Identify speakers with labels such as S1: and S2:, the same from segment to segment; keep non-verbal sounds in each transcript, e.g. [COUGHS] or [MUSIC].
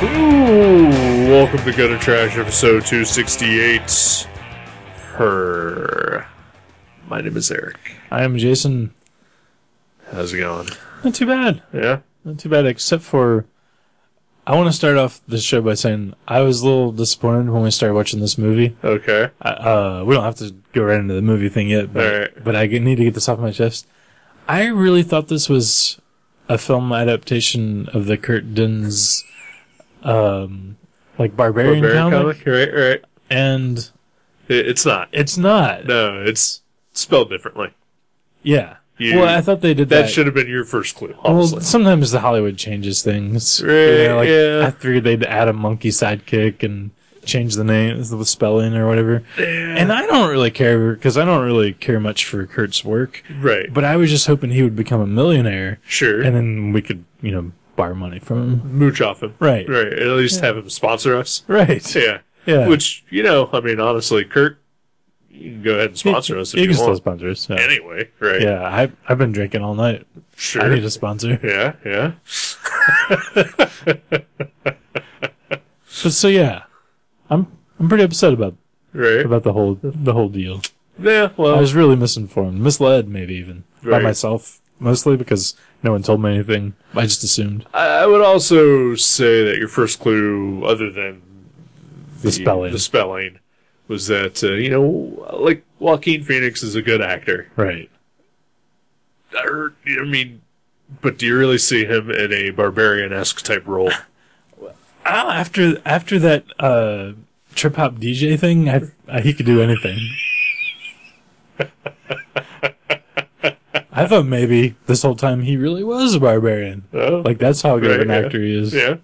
S1: Ooh, welcome to Gutter Trash, episode 268. Her. My name is Eric.
S2: I am Jason.
S1: How's it going?
S2: Not too bad.
S1: Yeah?
S2: Not too bad, except for I want to start off the show by saying I was a little disappointed when we started watching this movie.
S1: Okay.
S2: I, uh, we don't have to go right into the movie thing yet, but
S1: Alright.
S2: but I g- need to get this off my chest. I really thought this was a film adaptation of the Kurt Dins, um, like barbarian,
S1: Barbarian
S2: comic,
S1: comic? Right, right.
S2: and
S1: It, it's not.
S2: it's not.
S1: No, it's spelled differently.
S2: Yeah.
S1: You-
S2: well, I thought they did
S1: That
S2: that.
S1: should have been your first clue,
S2: Well,
S1: honestly.
S2: sometimes the Hollywood changes things.
S1: Right, yeah.
S2: I figured they'd add a monkey sidekick and change the name, the spelling or whatever. And I don't really care because I don't really care much for Kurt's work.
S1: right.
S2: But I was just hoping he would become a millionaire,
S1: sure.
S2: and then we could, you know, borrow money from him.
S1: Mooch off him.
S2: Right.
S1: Right. At least have him sponsor us.
S2: Right.
S1: Yeah.
S2: Yeah.
S1: Which, you know, I mean, honestly, Kurt, you can go ahead and sponsor us if
S2: You
S1: you,
S2: can still
S1: want.
S2: sponsor us. Yeah.
S1: Anyway, right.
S2: Yeah, I, I've been drinking all night.
S1: Sure.
S2: I need a sponsor.
S1: Yeah, yeah.
S2: But so yeah, I'm I'm pretty upset about
S1: Right.
S2: about the whole the whole deal.
S1: Yeah,
S2: I
S1: well,
S2: was really misinformed, misled, maybe even by
S1: Right.
S2: myself, mostly because no one told me anything. I just assumed
S1: I, I would also say that your first clue, other than
S2: the, spelling.
S1: the spelling, was that uh, you know, like Joaquin Phoenix is a good actor.
S2: right.
S1: Or, I mean, but do you really see him in a barbarian-esque type role?
S2: Oh, after after that uh, trip hop DJ thing, I, I, he could do anything. I thought maybe this whole time he really was a barbarian.
S1: Oh,
S2: [LAUGHS] Like that's how good of an
S1: Right, yeah.
S2: actor he is.
S1: yeah,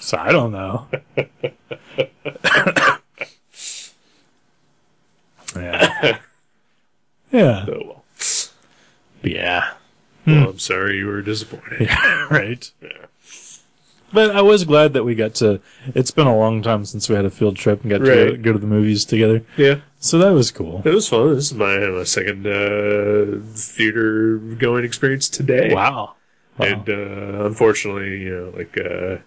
S2: So I
S1: [LAUGHS]
S2: don't know. yeah. Yeah.
S1: oh well.
S2: Yeah. Hmm.
S1: well. I'm sorry you were disappointed.
S2: [LAUGHS] right. But I was glad that we got to. It's been a long time since we had a field trip and got to
S1: Right.
S2: go to the movies together.
S1: Yeah,
S2: So that was cool.
S1: it was fun. This is my my second uh, theater going experience today.
S2: Wow. Wow.
S1: and uh, unfortunately, you know, like uh,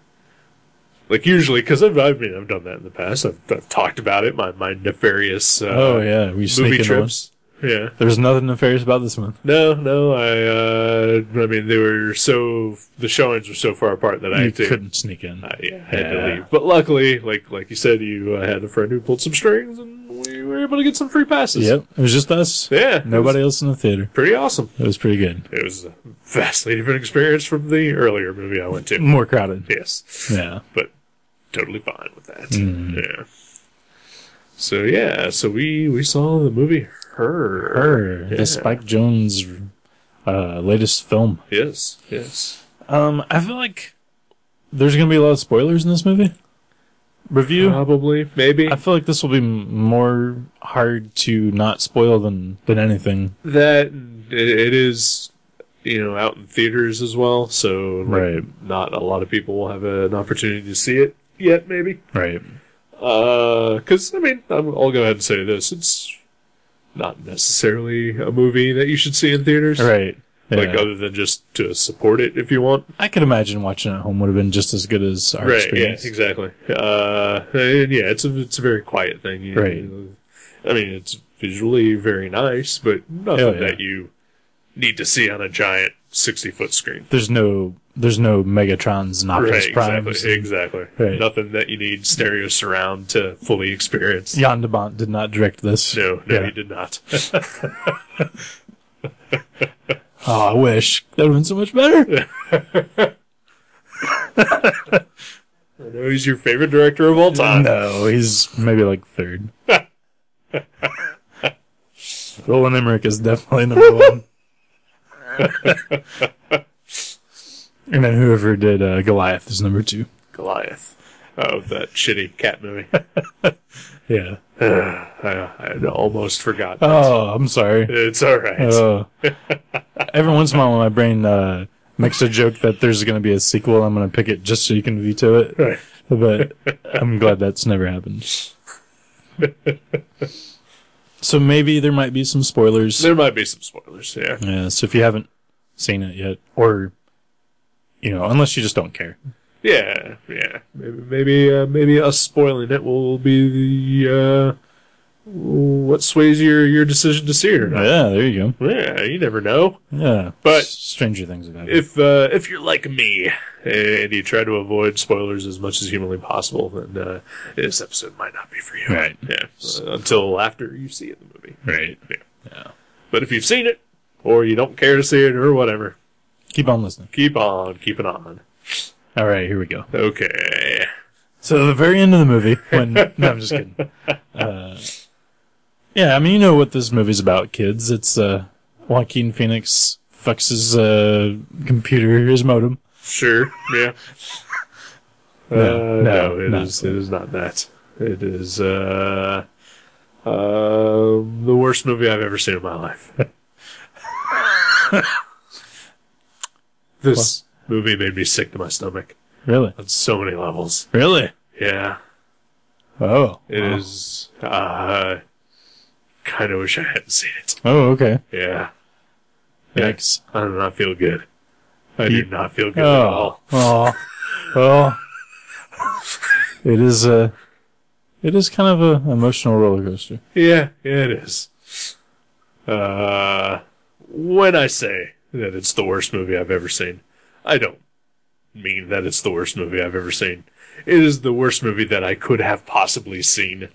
S1: like usually because I've I mean I've done that in the past. I've, I've talked about it. My my nefarious uh,
S2: oh yeah, we
S1: movie
S2: sneak into one.
S1: trips. Yeah,
S2: There's nothing nefarious about this one.
S1: no, no. I uh, I mean they were so the showings were so far apart that I
S2: you
S1: had to,
S2: couldn't sneak in.
S1: I yeah, had to
S2: Yeah.
S1: leave. But luckily, like like you said, you uh, had a friend who pulled some strings, and we were able to get some free passes.
S2: Yep, it was just us.
S1: Yeah. it was
S2: Nobody else in the theater.
S1: Pretty awesome.
S2: It was pretty good.
S1: It was a vastly different experience from the earlier movie I went to.
S2: More crowded.
S1: yes.
S2: Yeah.
S1: but totally fine with that.
S2: Hmm.
S1: Yeah. So yeah, so we we saw the movie Her.
S2: Her,
S1: Yeah.
S2: the Spike Jones uh, latest film.
S1: Yes, yes.
S2: Um, I feel like there's gonna be a lot of spoilers in this movie. Review.
S1: Probably, maybe
S2: I feel like this will be m- more hard to not spoil than than anything.
S1: that and it, it is, you know, out in theaters as well. So like,
S2: Right.
S1: not a lot of people will have an opportunity to see it yet. Maybe
S2: Right.
S1: because I mean, I'm, I'll go ahead and say this: it's not necessarily a movie that you should see in theaters.
S2: Right.
S1: Like uh,
S2: Yeah.
S1: other than just to support it if you want.
S2: I could imagine watching at home would have been just as good as our
S1: right,
S2: experience.
S1: Yeah, exactly. Uh, and yeah, it's a it's a very quiet thing. you-
S2: Right.
S1: I mean, it's visually very nice, but nothing
S2: Oh, yeah.
S1: that you need to see on a giant sixty foot screen.
S2: There's no there's no Megatrons and Optimus
S1: right.
S2: Primes.
S1: Exactly. Exactly.
S2: Right.
S1: Nothing that you need stereo surround to fully experience.
S2: Jan de Bont did not direct this.
S1: No, no,
S2: Yeah.
S1: you did not. [LAUGHS]
S2: Oh, I wish that would have been so much better.
S1: I know he's your favorite director of all time.
S2: no, he's maybe like third. Roland Emmerich is definitely number one. and then whoever did uh, Goliath is number two.
S1: Goliath. of that shitty cat movie.
S2: [LAUGHS] Yeah.
S1: I, I had almost forgot.
S2: Oh, I'm sorry.
S1: It's all right.
S2: Oh. Every once in a while, my brain uh, makes a joke that there's going to be a sequel. and I'm going to pick it just so you can veto it.
S1: Right.
S2: But I'm glad that's never happened. So maybe there might be some spoilers.
S1: There might be some spoilers. Yeah.
S2: Yeah, so if you haven't seen it yet, or you know, unless you just don't care.
S1: Yeah. Yeah. Maybe maybe uh, maybe us spoiling it will be the uh, what sways your your decision to see it or not.
S2: Yeah, there you go.
S1: Yeah. You never know.
S2: Yeah,
S1: But-
S2: S- stranger things have happened.
S1: If uh, if you're like me and you try to avoid spoilers as much as humanly possible, then uh, this episode might not be for you.
S2: Right.
S1: Yeah. Uh, until after you see it in the movie.
S2: right.
S1: Yeah. But if you've seen it, or you don't care to see it, or whatever,
S2: Keep on listening.
S1: keep on keeping on.
S2: All right, here we go.
S1: Okay.
S2: So the very end of the movie, [LAUGHS] when no, I'm just kidding. Uh, yeah, I mean, you know what this movie's about, kids. It's uh, Joaquin Phoenix fucks his uh, computer, his modem.
S1: Sure. Yeah.
S2: No,
S1: uh,
S2: [LAUGHS] no,
S1: no, it
S2: not
S1: is- It is not that. It is uh, um the worst movie I've ever seen in my life. [LAUGHS] this movie made me sick to my stomach
S2: Really,
S1: on so many levels.
S2: really.
S1: Yeah.
S2: Oh,
S1: it
S2: wow.
S1: is. Uh, kind of wish I hadn't seen it.
S2: Oh, okay.
S1: Yeah. Yeah.
S2: Yikes.
S1: I do not feel good. I
S2: You-
S1: do not feel good at all.
S2: Oh, oh. It is a, it is kind of a emotional roller coaster.
S1: Yeah, it is. Uh, when I say that it's the worst movie I've ever seen, I don't mean that it's the worst movie I've ever seen. It is the worst movie that I could have possibly seen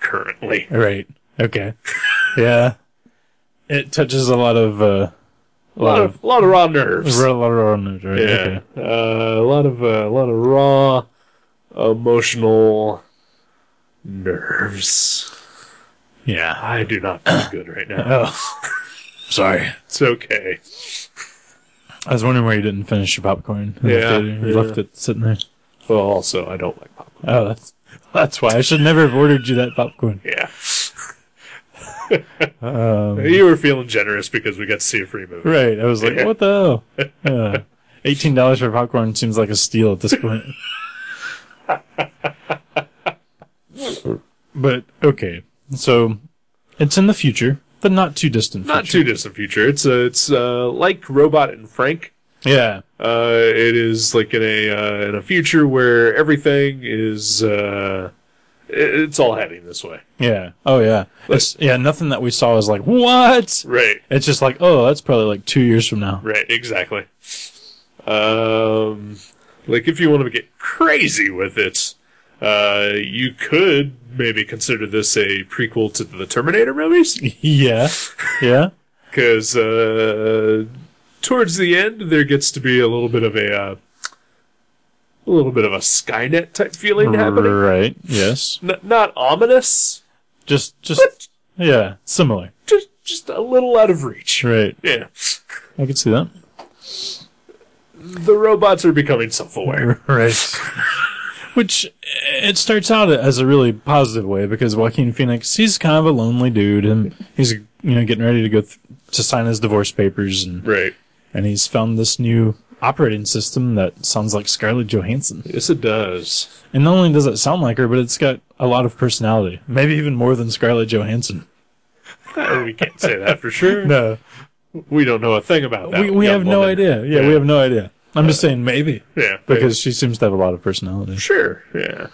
S1: currently.
S2: Right. Okay. Yeah. It touches a lot of, uh, a
S1: A lot of, a lot of raw nerves.
S2: a lot of raw nerves, right?
S1: Yeah,
S2: Okay.
S1: uh, a lot of uh, a lot of raw emotional nerves.
S2: Yeah.
S1: I do not feel good right now.
S2: Oh. Sorry.
S1: It's okay.
S2: I was wondering why you didn't finish your popcorn. in the
S1: Yeah,
S2: theater. You
S1: yeah.
S2: left it sitting there.
S1: Well, also I don't like popcorn.
S2: Oh, that's that's why I should never have ordered you that popcorn.
S1: Yeah,
S2: [LAUGHS] Um,
S1: you were feeling generous because we got to see a free movie.
S2: right. I was like, what the hell? Yeah. Eighteen dollars for popcorn seems like a steal at this point. but okay, so it's in the future, the not too distant
S1: Not
S2: future.
S1: too distant future. It's uh, it's uh, like Robot and Frank.
S2: yeah,
S1: Uh, it is like in a uh, in a future where everything is uh, i- it's all heading this way.
S2: yeah, oh yeah, it's, yeah. Nothing that we saw is like what.
S1: Right.
S2: It's just like, oh, that's probably like two years from now. [LAUGHS]
S1: Right, exactly. Um, like if you want to get crazy with it, uh, you could maybe consider this a prequel to the Terminator movies
S2: Yeah, yeah.
S1: because uh, towards the end there gets to be a little bit of a uh, a little bit of a Skynet type feeling happening.
S2: Right. Yes.
S1: N- not ominous,
S2: Just, just,
S1: What?
S2: yeah, similar.
S1: just just a little out of reach.
S2: Right.
S1: Yeah,
S2: I can see that.
S1: the robots are becoming self-aware.
S2: [LAUGHS] Right. Which it starts out as a really positive way because Joaquin Phoenix, he's kind of a lonely dude, and he's you know getting ready to go th- to sign his divorce papers, and
S1: Right.
S2: and he's found this new operating system that sounds like Scarlett Johansson.
S1: Yes, it does.
S2: And not only does it sound like her, but it's got a lot of personality, maybe even more than Scarlett Johansson.
S1: we can't say that for sure.
S2: [LAUGHS] No,
S1: We don't know a thing about that.
S2: we we
S1: young
S2: have no
S1: woman.
S2: idea. Yeah,
S1: Yeah.
S2: we have no idea. I'm just saying maybe
S1: Yeah,
S2: because she seems to have a lot of personality.
S1: sure, yeah.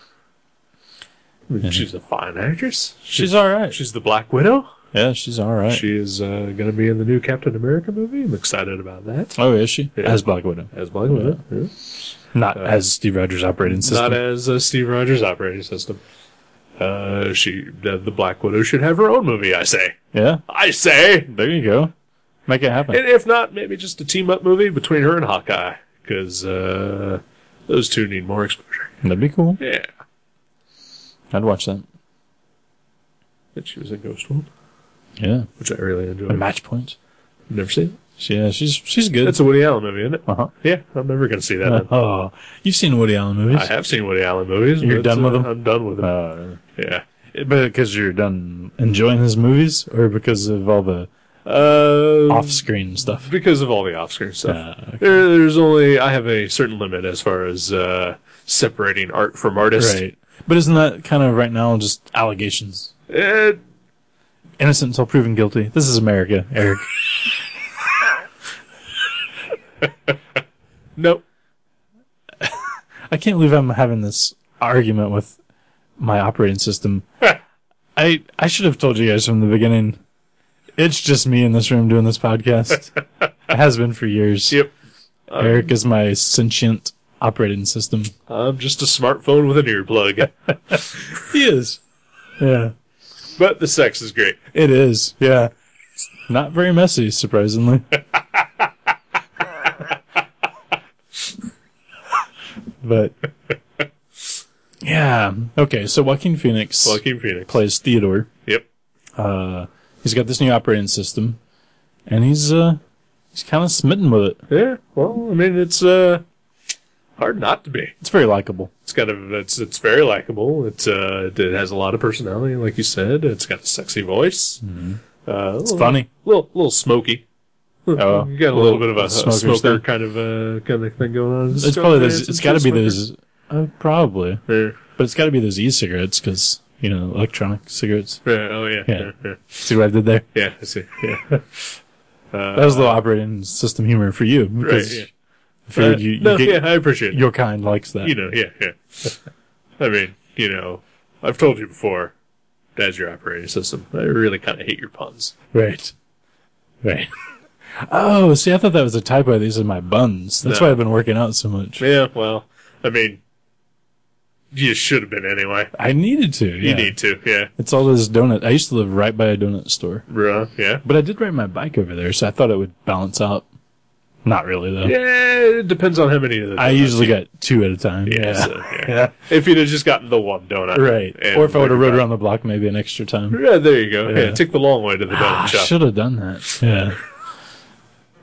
S1: I mean, She's a fine actress.
S2: She's all right.
S1: She's the Black Widow.
S2: Yeah, she's all right.
S1: She is uh, going to be in the new Captain America movie. I'm excited about that.
S2: oh, is she?
S1: Yeah.
S2: As Black Widow.
S1: As Black Widow, yeah.
S2: Not as Steve Rogers' operating system.
S1: Uh, not as uh, Steve Rogers' operating system. Uh, she, the, the Black Widow, should have her own movie. I say,
S2: yeah,
S1: I say.
S2: there you go. Make it happen.
S1: And if not, maybe just a team up movie between her and Hawkeye, because uh, those two need more exposure.
S2: That'd be cool.
S1: Yeah,
S2: I'd watch that.
S1: and she was in Ghost World,
S2: Yeah,
S1: which I really
S2: a
S1: enjoyed.
S2: match point.
S1: Never seen it.
S2: Yeah, she's she's good.
S1: That's a Woody Allen movie, isn't it?
S2: uh-huh.
S1: Yeah, I'm never going to see that.
S2: Oh, you've seen Woody Allen movies.
S1: I have seen Woody Allen movies.
S2: You're
S1: but,
S2: done with
S1: uh,
S2: them?
S1: I'm done with them.
S2: Uh,
S1: yeah.
S2: but because you're done enjoying his movies, or because of all the
S1: Uh,
S2: off-screen stuff.
S1: because of all the off-screen stuff.
S2: Uh,
S1: There, there's only I have a certain limit as far as uh, separating art from artist.
S2: right. But isn't that kind of right now just allegations?
S1: Eh,
S2: Innocent until proven guilty. This is America, Eric.
S1: nope.
S2: I can't believe I'm having this argument with my operating system. I I should have told you guys from the beginning. It's just me in this room doing this [LAUGHS] podcast. it has been for years.
S1: Yep.
S2: Eric is my sentient operating system.
S1: I'm just a smartphone with an earplug.
S2: He is. Yeah.
S1: but the sex is great.
S2: It is. Yeah. Not very messy, [LAUGHS] surprisingly. but yeah. Okay, so Joaquin Phoenix
S1: Joaquin Phoenix.
S2: plays Theodore.
S1: Yep.
S2: Uh, he's got this new operating system, and he's uh, he's kind of smitten with it.
S1: Yeah. Well, I mean, it's uh, hard not to be.
S2: It's very likable.
S1: It's got a. It's it's very likable. It's uh, it has a lot of personality, like you said. It's got a sexy voice. Uh, it's
S2: Funny.
S1: Little little smoky.
S2: Oh,
S1: you got a little, bit of a,
S2: smoker
S1: smoker,
S2: stuff.
S1: kind of uh, kind of thing going on.
S2: It's probably those. It's got to be those. Uh, probably,
S1: Yeah.
S2: but it's got to be those e-cigarettes because you know electronic cigarettes.
S1: Yeah, oh yeah,
S2: Yeah.
S1: yeah, yeah,
S2: See what I did there?
S1: yeah. I see. Yeah,
S2: That was a little operating system humor for you because
S1: Uh, yeah.
S2: I figured
S1: Uh,
S2: you, you
S1: no,
S2: get-
S1: yeah, I appreciate it.
S2: your kind likes that.
S1: You know, yeah, yeah. [LAUGHS] I mean, you know, I've told you before. That's your operating system. I really kind of hate your puns.
S2: Right. Right. oh, see, I thought that was a typo. These are my buns. That's
S1: No.
S2: why I've been working out so much.
S1: Yeah, well, I mean, you should have been anyway.
S2: I needed to.
S1: You need to, yeah,
S2: It's all those donut. I used to live right by a donut store,
S1: bruh, yeah.
S2: but I did ride my bike over there, so I thought it would balance out. Not really though.
S1: Yeah, it depends on how many of the.
S2: I usually got two at a time.
S1: yeah,
S2: Yeah.
S1: so, [LAUGHS] yeah. If you'd have just gotten the one donut,
S2: Right.
S1: and
S2: Or if I would have rode
S1: everybody-
S2: around the block, maybe an extra time.
S1: Yeah, there you go. Yeah, Ah,
S2: Yeah.
S1: take the long way to the
S2: I
S1: donut shop.
S2: should have done that.
S1: [LAUGHS]
S2: Yeah.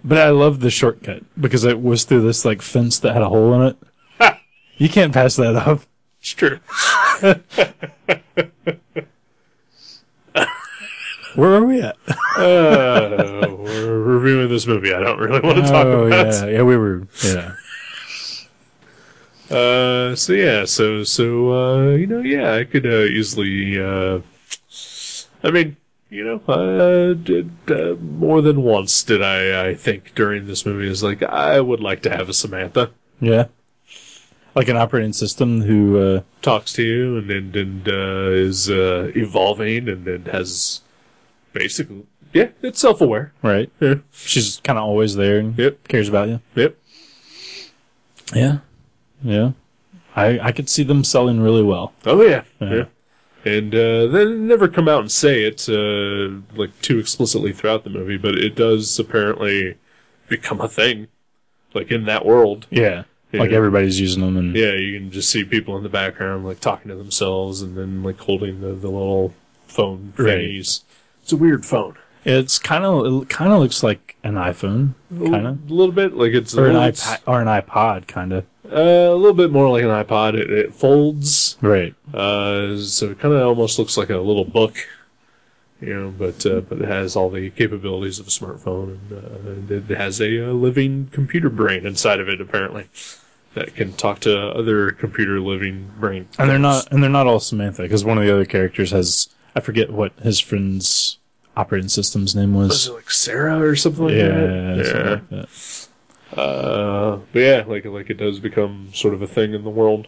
S2: But I love the shortcut because it was through this like fence that had a hole in
S1: [LAUGHS]
S2: it. you can't pass that up.
S1: It's true.
S2: Where are we at?
S1: Uh, we're reviewing this movie. I don't really want to [LAUGHS] talk
S2: oh
S1: about.
S2: yeah, yeah, we were. Yeah,
S1: Uh, so yeah, so so uh, you know, yeah, I could uh, easily. Uh, I mean, you know, uh, did, uh, more than once did I I think during this movie is like I would like to have a Samantha
S2: yeah. Like an operating system who uh,
S1: talks to you and and, and uh, is uh, evolving and and has basically yeah, it's self aware.
S2: right
S1: Yeah.
S2: she's kind of always there and
S1: Yep.
S2: cares about you.
S1: Yep.
S2: Yeah, yeah. I I could see them selling really well.
S1: Oh yeah,
S2: Yeah. Uh-huh.
S1: yeah. And uh, they never come out and say it uh, like too explicitly throughout the movie, but it does apparently become a thing, like in that world.
S2: Yeah, like
S1: Yeah.
S2: everybody's using them and
S1: Yeah, you can just see people in the background like talking to themselves and then like holding the, the little phone
S2: Right.
S1: thingies. It's a weird phone,
S2: it's kind of it kind of looks like an iPhone, kind of
S1: a little bit like it's
S2: or an
S1: it's,
S2: iPad or an iPod, kind of
S1: uh, a little bit more like an iPod. It, it folds.
S2: right.
S1: Uh, so it kind of almost looks like a little book, you know, but uh, but it has all the capabilities of a smartphone, and, uh, and it has a, uh living computer brain inside of it apparently that can talk to other computer living brain.
S2: And they're
S1: things.
S2: not and they're not all Samantha because one of the other characters has I forget what his friend's operating system's name
S1: Was
S2: was.
S1: it like Sarah or something like
S2: Yeah,
S1: that?
S2: something like that.
S1: Uh, but yeah, like like it does become sort of a thing in the world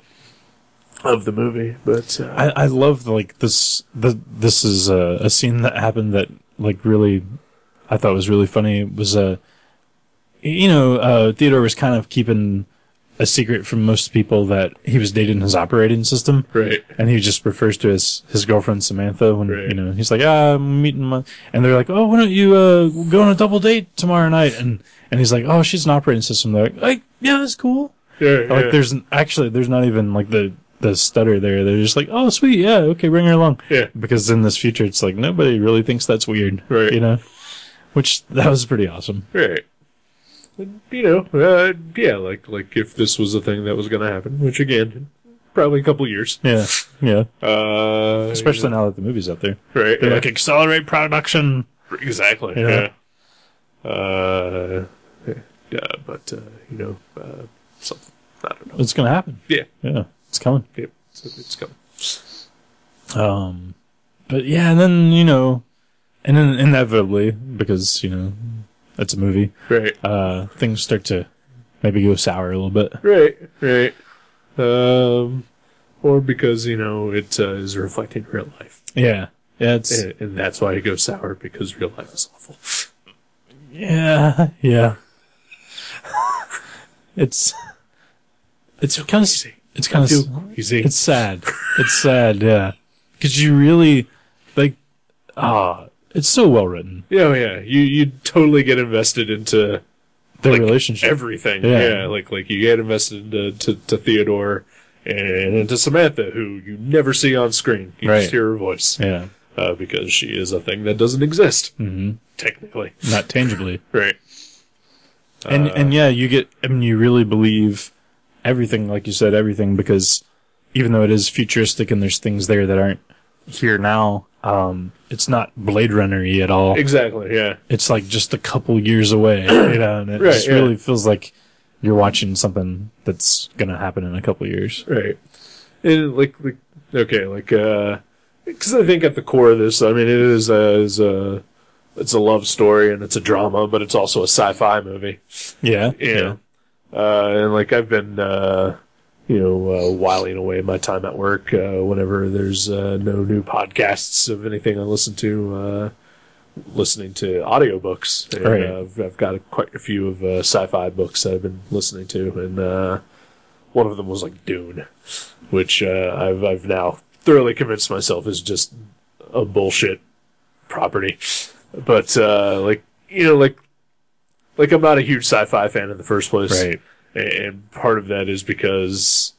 S1: of the movie. But uh,
S2: I, I love like this. The this is a, a scene that happened that like really, I thought was really funny. Was uh, you know, uh, Theodore was kind of keeping a secret from most people that he was dating his operating system,
S1: right,
S2: and he just refers to his his girlfriend Samantha when
S1: Right.
S2: you know he's like, ah, I'm meeting my, and they're like, oh, why don't you uh go on a double date tomorrow night? And and he's like, oh, she's an operating system. They're like, like, yeah, that's cool.
S1: yeah,
S2: Like
S1: yeah,
S2: there's actually there's not even like the the stutter there. They're just like, oh sweet, yeah, okay, bring her along.
S1: yeah,
S2: Because in this future, it's like nobody really thinks that's weird,
S1: Right.
S2: You know, which that was pretty awesome.
S1: Right. And, you know, uh, yeah, like like if this was a thing that was going to happen, which again, probably a couple years.
S2: Yeah, yeah.
S1: Uh,
S2: Especially now that the movie's out there,
S1: right.
S2: they're
S1: yeah.
S2: like accelerate production.
S1: Exactly.
S2: Yeah.
S1: Yeah. Uh, yeah, but uh, you know, uh, something. I don't know.
S2: It's gonna happen.
S1: Yeah.
S2: Yeah, it's coming.
S1: Yep. It's, it's coming.
S2: Um, but yeah, and then you know, and then inevitably because you know it's a movie,
S1: Right.
S2: uh, things start to maybe go sour a little bit.
S1: Right. Right. Um, or because you know it uh, is reflecting real life,
S2: Yeah, yeah, it's
S1: and, and that's why it goes sour because real life is awful.
S2: yeah, yeah. it's it's kind of
S1: Easy.
S2: it's kind of
S1: Too easy.
S2: It's sad. It's sad, yeah. Because you really, like, ah, it's so well written.
S1: Yeah, oh, yeah. You you totally get invested into
S2: The
S1: Like,
S2: relationship.
S1: everything.
S2: Yeah.
S1: Yeah. like like you get invested into to, to Theodore and into Samantha, who you never see on screen. You
S2: Right.
S1: just hear her voice
S2: yeah.
S1: uh, because she is a thing that doesn't exist
S2: hmm
S1: technically.
S2: Not tangibly.
S1: Right.
S2: And,
S1: Uh,
S2: and yeah, you get, I mean, you really believe everything, like you said, everything, because even though it is futuristic and there's things there that aren't here now, um, it's not Blade Runner y at all.
S1: Exactly. Yeah.
S2: It's like just a couple
S1: [CLEARS THROAT]
S2: years away, you know, and it
S1: Right,
S2: just
S1: yeah.
S2: really feels like you're watching something that's going to happen in a couple years.
S1: Right. And like like okay like uh because I think at the core of this, I mean, it is a, is a it's a love story and it's a drama, but it's also a sci-fi movie.
S2: Yeah.
S1: Yeah. Uh, and like I've been, uh, you know, uh, whiling away my time at work uh, whenever there's uh, no new podcasts of anything I listen to. Uh, listening to audiobooks. And,
S2: Right.
S1: uh, I've, I've got a, quite a few of uh, sci-fi books that I've been listening to, and uh, one of them was like Dune, which uh, I've I've now thoroughly convinced myself is just a bullshit property. But uh, like you know, like like I'm not a huge sci-fi fan in the first place,
S2: Right.
S1: And part of that is because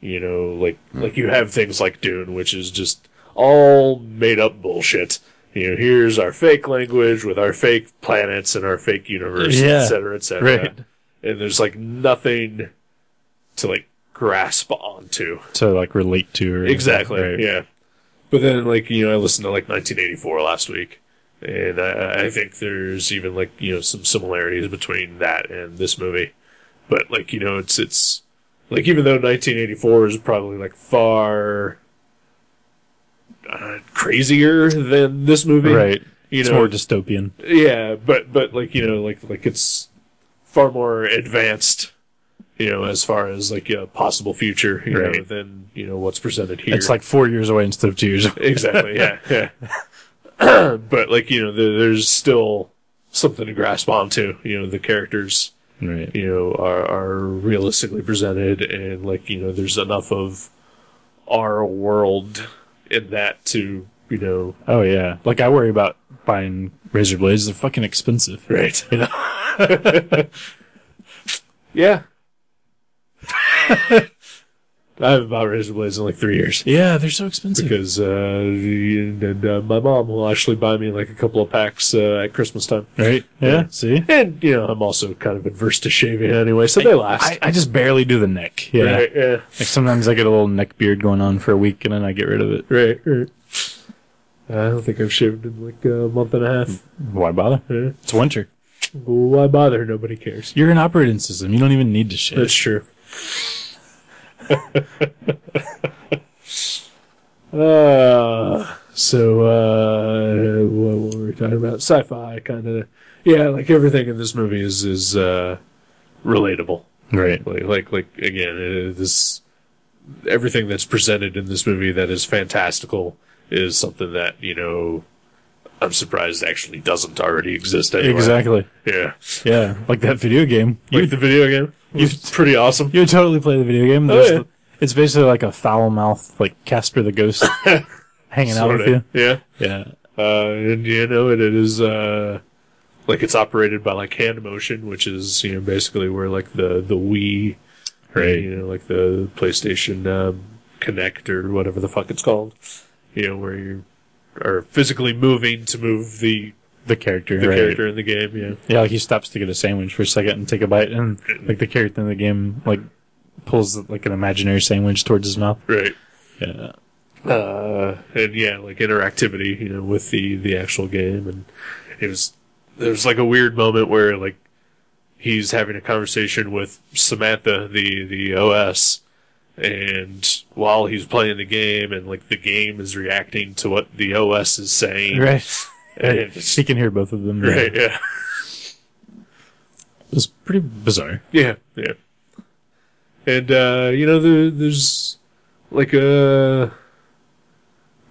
S1: you know, like
S2: Hmm.
S1: like you have things like Dune, which is just all made up bullshit. You know, here's our fake language with our fake planets and our fake universe,
S2: Yeah.
S1: et cetera, et cetera.
S2: Right.
S1: And there's like nothing to like grasp onto.
S2: to like relate to or
S1: Exactly.
S2: Right.
S1: Yeah. But then, like you know, I listened to like 1984 last week, and I, I think there's even like you know some similarities between that and this movie. But like you know, it's it's like even though 1984 is probably like far uh, crazier than this movie,
S2: right.
S1: You
S2: it's
S1: know,
S2: more dystopian.
S1: yeah, but but like you know, like like it's far more advanced, you know, as far as like a possible future, you know,
S2: Right.
S1: than you know what's presented here.
S2: It's like four years away instead of two years. away.
S1: exactly, yeah, yeah. [CLEARS THROAT] but like you know, there, there's still something to grasp onto. You know, the characters,
S2: [LAUGHS] right.
S1: you know, are are realistically presented, and like you know, there's enough of our world in that to you know,
S2: Oh yeah. Like I worry about buying razor blades. They're fucking expensive.
S1: right?
S2: You know?
S1: [LAUGHS] Yeah. I haven't bought razor blades in like three
S2: [LAUGHS]
S1: years
S2: Yeah, they're so expensive.
S1: because uh, and, and, uh, my mom will actually buy me like a couple of packs uh, at Christmas time.
S2: right. Yeah.
S1: Yeah.
S2: See.
S1: And you know, I'm also kind of adverse to shaving anyway, so they last.
S2: I, I just barely do the neck. Yeah.
S1: Right, yeah,
S2: Like sometimes I get a little neck beard going on for a week and then I get rid of it.
S1: right, right. I don't think I've shaved in like a month and a half.
S2: Why bother?
S1: Yeah.
S2: It's winter.
S1: Why bother? Nobody cares.
S2: You're an operating system. You don't even need to shit.
S1: That's true. [LAUGHS] uh, so, uh, what, what were we talking about? Sci-fi, kind of. Yeah, like everything in this movie is is uh, relatable.
S2: Right.
S1: like like like again uh, this everything that's presented in this movie that is fantastical is something that you know i'm surprised actually doesn't already exist anywhere.
S2: Exactly.
S1: yeah
S2: Yeah. Like that video game. You
S1: like the video game it's pretty awesome
S2: You would totally play the video game.
S1: Oh,
S2: There's
S1: yeah.
S2: the- it's basically like a foul mouth, like Casper
S1: [LAUGHS]
S2: the Ghost, hanging out with
S1: Sorta.
S2: you.
S1: yeah
S2: Yeah,
S1: uh and you know it, it is uh like it's operated by like hand motion which is you know basically where like the the wii
S2: Right.
S1: you know like the playstation um connect or whatever the fuck it's called you know where you are physically moving to move the
S2: the character,
S1: the
S2: right?
S1: character in the game. Yeah,
S2: Yeah, like he stops to get a sandwich for a second and take a bite, and like the character in the game like pulls like an imaginary sandwich towards his mouth.
S1: right.
S2: Yeah,
S1: uh, and yeah, like interactivity, you know, with the the actual game, and it was there was like a weird moment where like he's having a conversation with Samantha, the the OS, and while he's playing the game, and like the game is reacting to what the OS is saying, [LAUGHS]
S2: right.
S1: And it's-
S2: [LAUGHS] he can hear both of them. yeah.
S1: right, yeah,
S2: It was pretty bizarre.
S1: yeah, yeah, and uh, you know, there, there's like a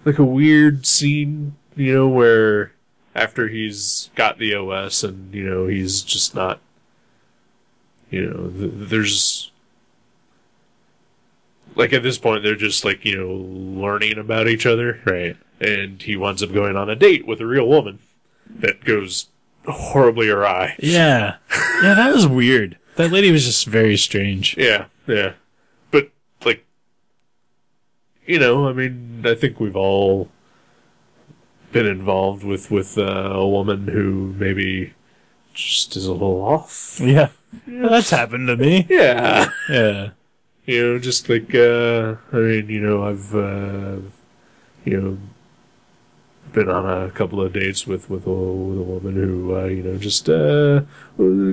S1: like a weird scene, you know, where after he's got the OS and you know he's just not, you know, th- there's like at this point they're just like you know learning about each other,
S2: Right.
S1: and he winds up going on a date with a real woman that goes horribly awry.
S2: Yeah. Yeah, that was weird. That lady was just very strange.
S1: Yeah, yeah. But like you know, I mean, I think we've all been involved with with uh, a woman who maybe just is a little off.
S2: Yeah. Well, that's happened to me.
S1: Yeah.
S2: Yeah.
S1: You know, just like uh I mean, you know, I've uh you know been on a couple of dates with with a, with a woman who uh, you know just uh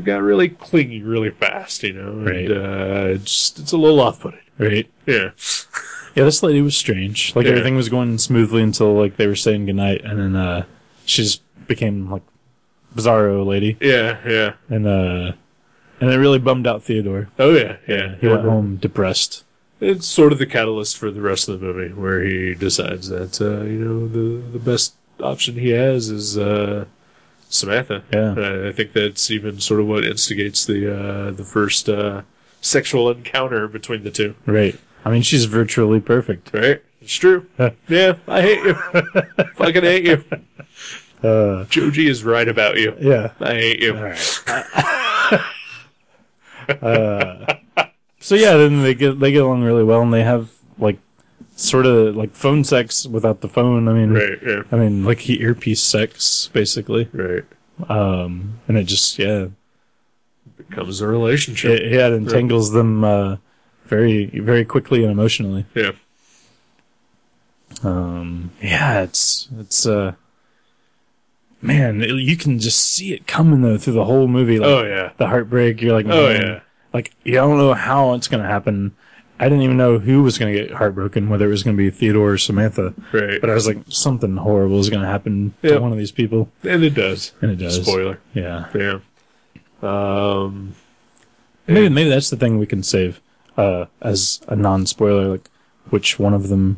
S1: got really clingy really fast, you know.
S2: Right.
S1: And uh it's just it's a little off-putting.
S2: Right.
S1: Yeah.
S2: Yeah, this lady was strange. Like
S1: Yeah.
S2: everything was going smoothly until like they were saying goodnight and then uh she just became like bizarro lady
S1: Yeah, yeah.
S2: and uh and it really bummed out Theodore.
S1: Oh yeah, yeah.
S2: He went home depressed.
S1: It's sort of the catalyst for the rest of the movie, where he decides that uh, you know the the best option he has is uh, Samantha.
S2: Yeah.
S1: Uh, I think that's even sort of what instigates the uh, the first uh, sexual encounter between the two.
S2: Right. I mean she's virtually perfect.
S1: Right? It's true. yeah, I hate
S2: [LAUGHS]
S1: you. Fucking hate you.
S2: Uh
S1: Joji is right about you.
S2: yeah.
S1: I hate you.
S2: Alright. so yeah, then they get they get along really well, and they have like sort of like phone sex without the phone. I mean,
S1: Right. Yeah.
S2: I mean like he earpiece sex basically,
S1: Right.
S2: um, and it just yeah,
S1: Becomes a relationship.
S2: it, yeah, it entangles them uh, very very quickly and emotionally.
S1: yeah.
S2: Um, yeah, it's it's uh, man, it- you can just see it coming though through the whole movie. Like,
S1: Oh yeah.
S2: the heartbreak. You're like,
S1: Oh,
S2: man,
S1: yeah.
S2: like you don't know how it's gonna happen. I didn't even know who was gonna get heartbroken, whether it was gonna be Theodore or Samantha.
S1: Right.
S2: But I was like, something horrible is gonna happen
S1: Yeah.
S2: to one of these people,
S1: and it does.
S2: and it does.
S1: Spoiler.
S2: Yeah,
S1: Yeah. Um.
S2: maybe maybe that's the thing we can save uh, as a non-spoiler, like which one of them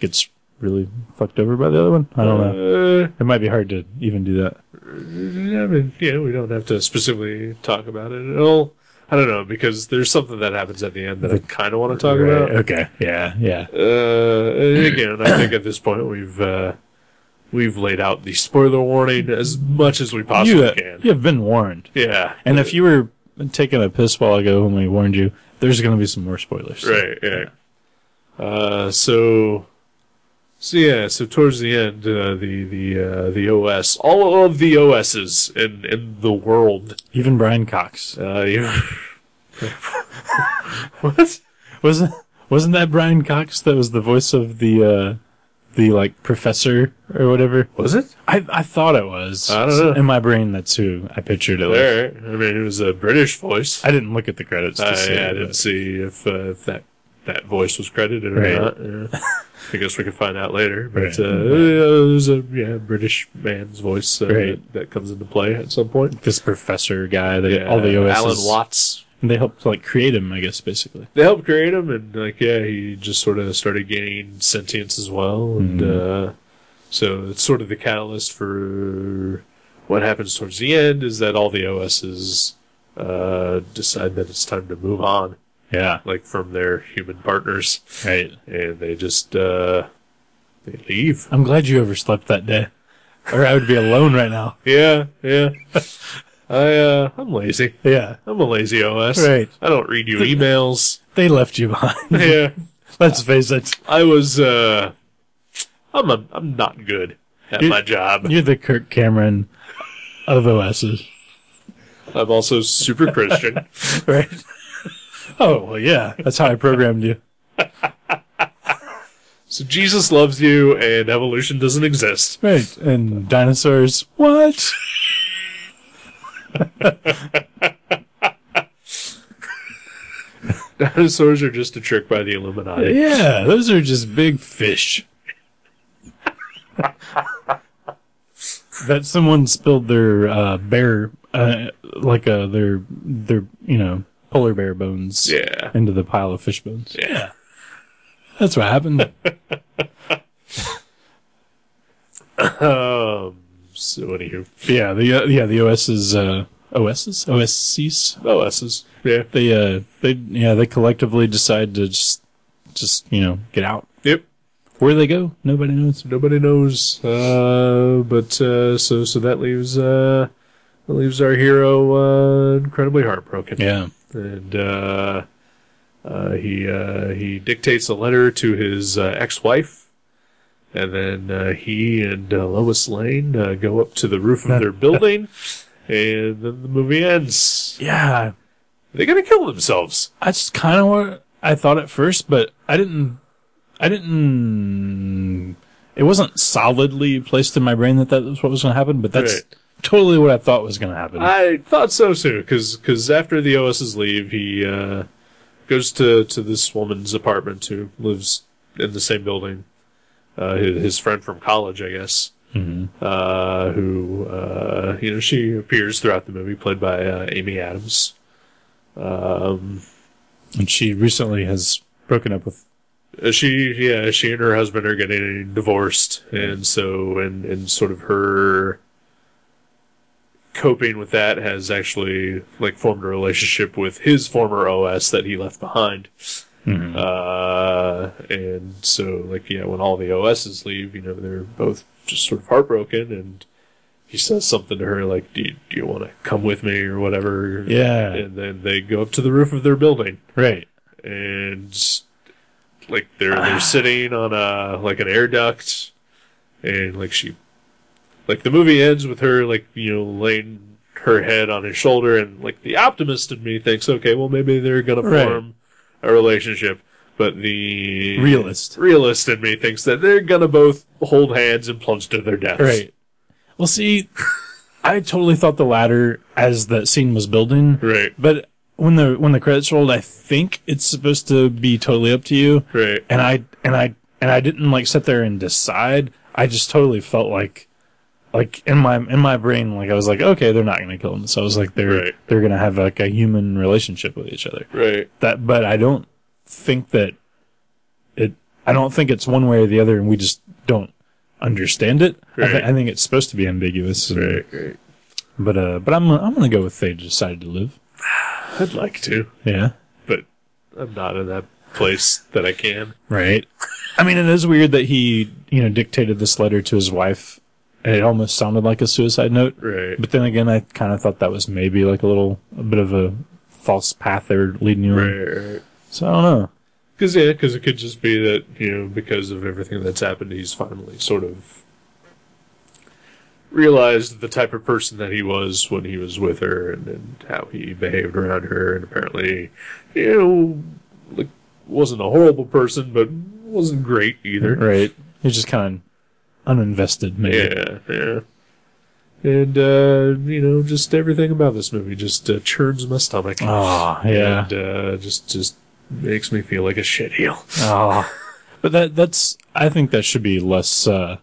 S2: gets really fucked over by the other one. I don't know.
S1: Uh,
S2: It might be hard to even do that.
S1: I mean, yeah, we don't have to specifically talk about it at all. I don't know because there's something that happens at the end that I kind of want to talk
S2: Right,
S1: about.
S2: Okay. Yeah. Yeah.
S1: Uh, and again, I think at this point we've uh, we've laid out the spoiler warning as much as we
S2: You,
S1: possibly
S2: uh,
S1: can.
S2: you have been warned.
S1: Yeah,
S2: And if you were taking a piss while ago when we warned you, there's going to be some more spoilers.
S1: right, yeah. Uh, so, so yeah, so towards the end, uh, the the uh, the OS, all of the OSs in in the world
S2: Even Brian Cox
S1: Uh, you. [LAUGHS] what?
S2: wasn't wasn't that Brian Cox that was the voice of the uh, the like professor or whatever?
S1: Was it?
S2: I I thought it was.
S1: I don't know.
S2: In my brain, that's who I pictured it.
S1: All
S2: With.
S1: right. I mean, it was a British voice.
S2: I didn't look at the credits.
S1: I,
S2: To see
S1: Oh, I
S2: it,
S1: didn't
S2: but-
S1: see if, uh, if that that voice was credited or
S2: Right.
S1: not. Yeah. I guess we can find out later. But
S2: Right.
S1: uh, it was a yeah British man's voice uh, that,
S2: Right.
S1: that comes into play at some point.
S2: This professor guy that
S1: Yeah,
S2: all the OSs
S1: Alan Watts.
S2: they helped like create him, I guess, basically.
S1: They helped create him, and like yeah, he just sort of started gaining sentience as well, and uh, so it's sort of the catalyst for what happens towards the end is that all the OSs uh, decide that it's time to move on,
S2: Yeah.
S1: like from their human partners,
S2: Right.
S1: and they just uh, they leave.
S2: I'm glad you overslept that day, or I would be alone right now.
S1: Yeah, yeah. [LAUGHS] I uh, I'm lazy.
S2: Yeah.
S1: I'm a lazy OS.
S2: Right.
S1: I don't read you emails.
S2: They left you behind.
S1: [LAUGHS]
S2: [LAUGHS]
S1: yeah.
S2: Let's face it.
S1: I was uh I'm a, I'm not good at
S2: You-
S1: my job.
S2: You're the Kirk Cameron of OSs,
S1: I'm also super
S2: [LAUGHS]
S1: Christian.
S2: right? oh well, yeah, that's how I programmed you.
S1: So Jesus loves you and evolution doesn't exist. [LAUGHS]
S2: Right, and dinosaurs. What?
S1: Dinosaurs are just a trick by the Illuminati.
S2: Yeah, those are just big fish. that someone spilled their uh, bear, uh, like uh, their their you know polar bear bones,
S1: Yeah.
S2: into the pile of fish bones.
S1: Yeah.
S2: That's what happened.
S1: Um, so anywho,
S2: yeah, the uh, yeah the OS's uh, OS's OSCs
S1: OSs. Yeah.
S2: they uh they yeah they collectively decide to just just you know get out.
S1: Yep.
S2: Where they go, nobody knows.
S1: Nobody knows. Uh, but uh, so so that leaves uh, that leaves our hero uh, incredibly heartbroken.
S2: Yeah,
S1: and uh, uh, he uh, he dictates a letter to his uh, ex-wife, and then uh, he and uh, Lois Lane uh, go up to the roof of their building, and then the movie ends.
S2: yeah.
S1: They're gonna kill themselves.
S2: That's kind of what I thought at first, but I didn't. I didn't. It wasn't solidly placed in my brain that that was what was going to happen, but that's
S1: Right.
S2: totally what I thought was going to happen.
S1: I thought so too, because after the OSs leave, he uh, goes to, to this woman's apartment who lives in the same building. Uh, his, his friend from college, I guess, uh, who uh, you know she appears throughout the movie, played by uh, Amy Adams. Um,
S2: and she recently has broken up with.
S1: Uh, she yeah she and her husband are getting divorced and so and and sort of her coping with that has actually like formed a relationship with his former os that he left behind
S2: hmm,
S1: uh and so like yeah when all the os's leave you know they're both just sort of heartbroken and he says something to her like do you, do you want to come with me or whatever
S2: Yeah.
S1: and then they go up to the roof of their building
S2: Right.
S1: and like they're
S2: Ah.
S1: they're sitting on a like an air duct, and like she, like the movie ends with her like you know laying her head on his shoulder, and like the optimist in me thinks, okay, well maybe they're gonna
S2: Right.
S1: form a relationship, but the
S2: Realist.
S1: realist in me thinks that they're gonna both hold hands and plunge to their death.
S2: Right. Well, see, I totally thought the latter as that scene was building,
S1: right,
S2: but when the when the credits rolled, I think it's supposed to be totally up to you.
S1: right.
S2: and I and I and I didn't like sit there and decide. I just totally felt like like in my in my brain like I was like okay they're not going to kill him. So I was like they're
S1: Right.
S2: they're going to have like a human relationship with each other.
S1: Right.
S2: That but I don't think that it I don't think it's one way or the other and we just don't understand it. I,
S1: Right.
S2: th- I think it's supposed to be ambiguous. and-
S1: Right, right.
S2: But uh but I'm I'm going to go with they decided to live.
S1: I'd like to,
S2: Yeah.
S1: but I'm not in that place that I can.
S2: Right. I mean, it is weird that he, you know, dictated this letter to his wife. And it almost sounded like a suicide note.
S1: Right.
S2: But then again, I kind of thought that was maybe like a little, a bit of a false path they were leading you on.
S1: Right, right.
S2: So I don't know.
S1: Because yeah, 'cause it could just be that you know because of everything that's happened, he's finally sort of realized the type of person that he was when he was with her, and, and how he behaved around her, and apparently, you know, like wasn't a horrible person, but wasn't great either.
S2: Right. He's just kind of uninvested, maybe.
S1: Yeah, yeah. And uh, you know, just everything about this movie just uh, churns my stomach,
S2: Ah, yeah.
S1: and uh, just just makes me feel like a shitheel.
S2: Ah. But that, that's, I think that should be less, uh,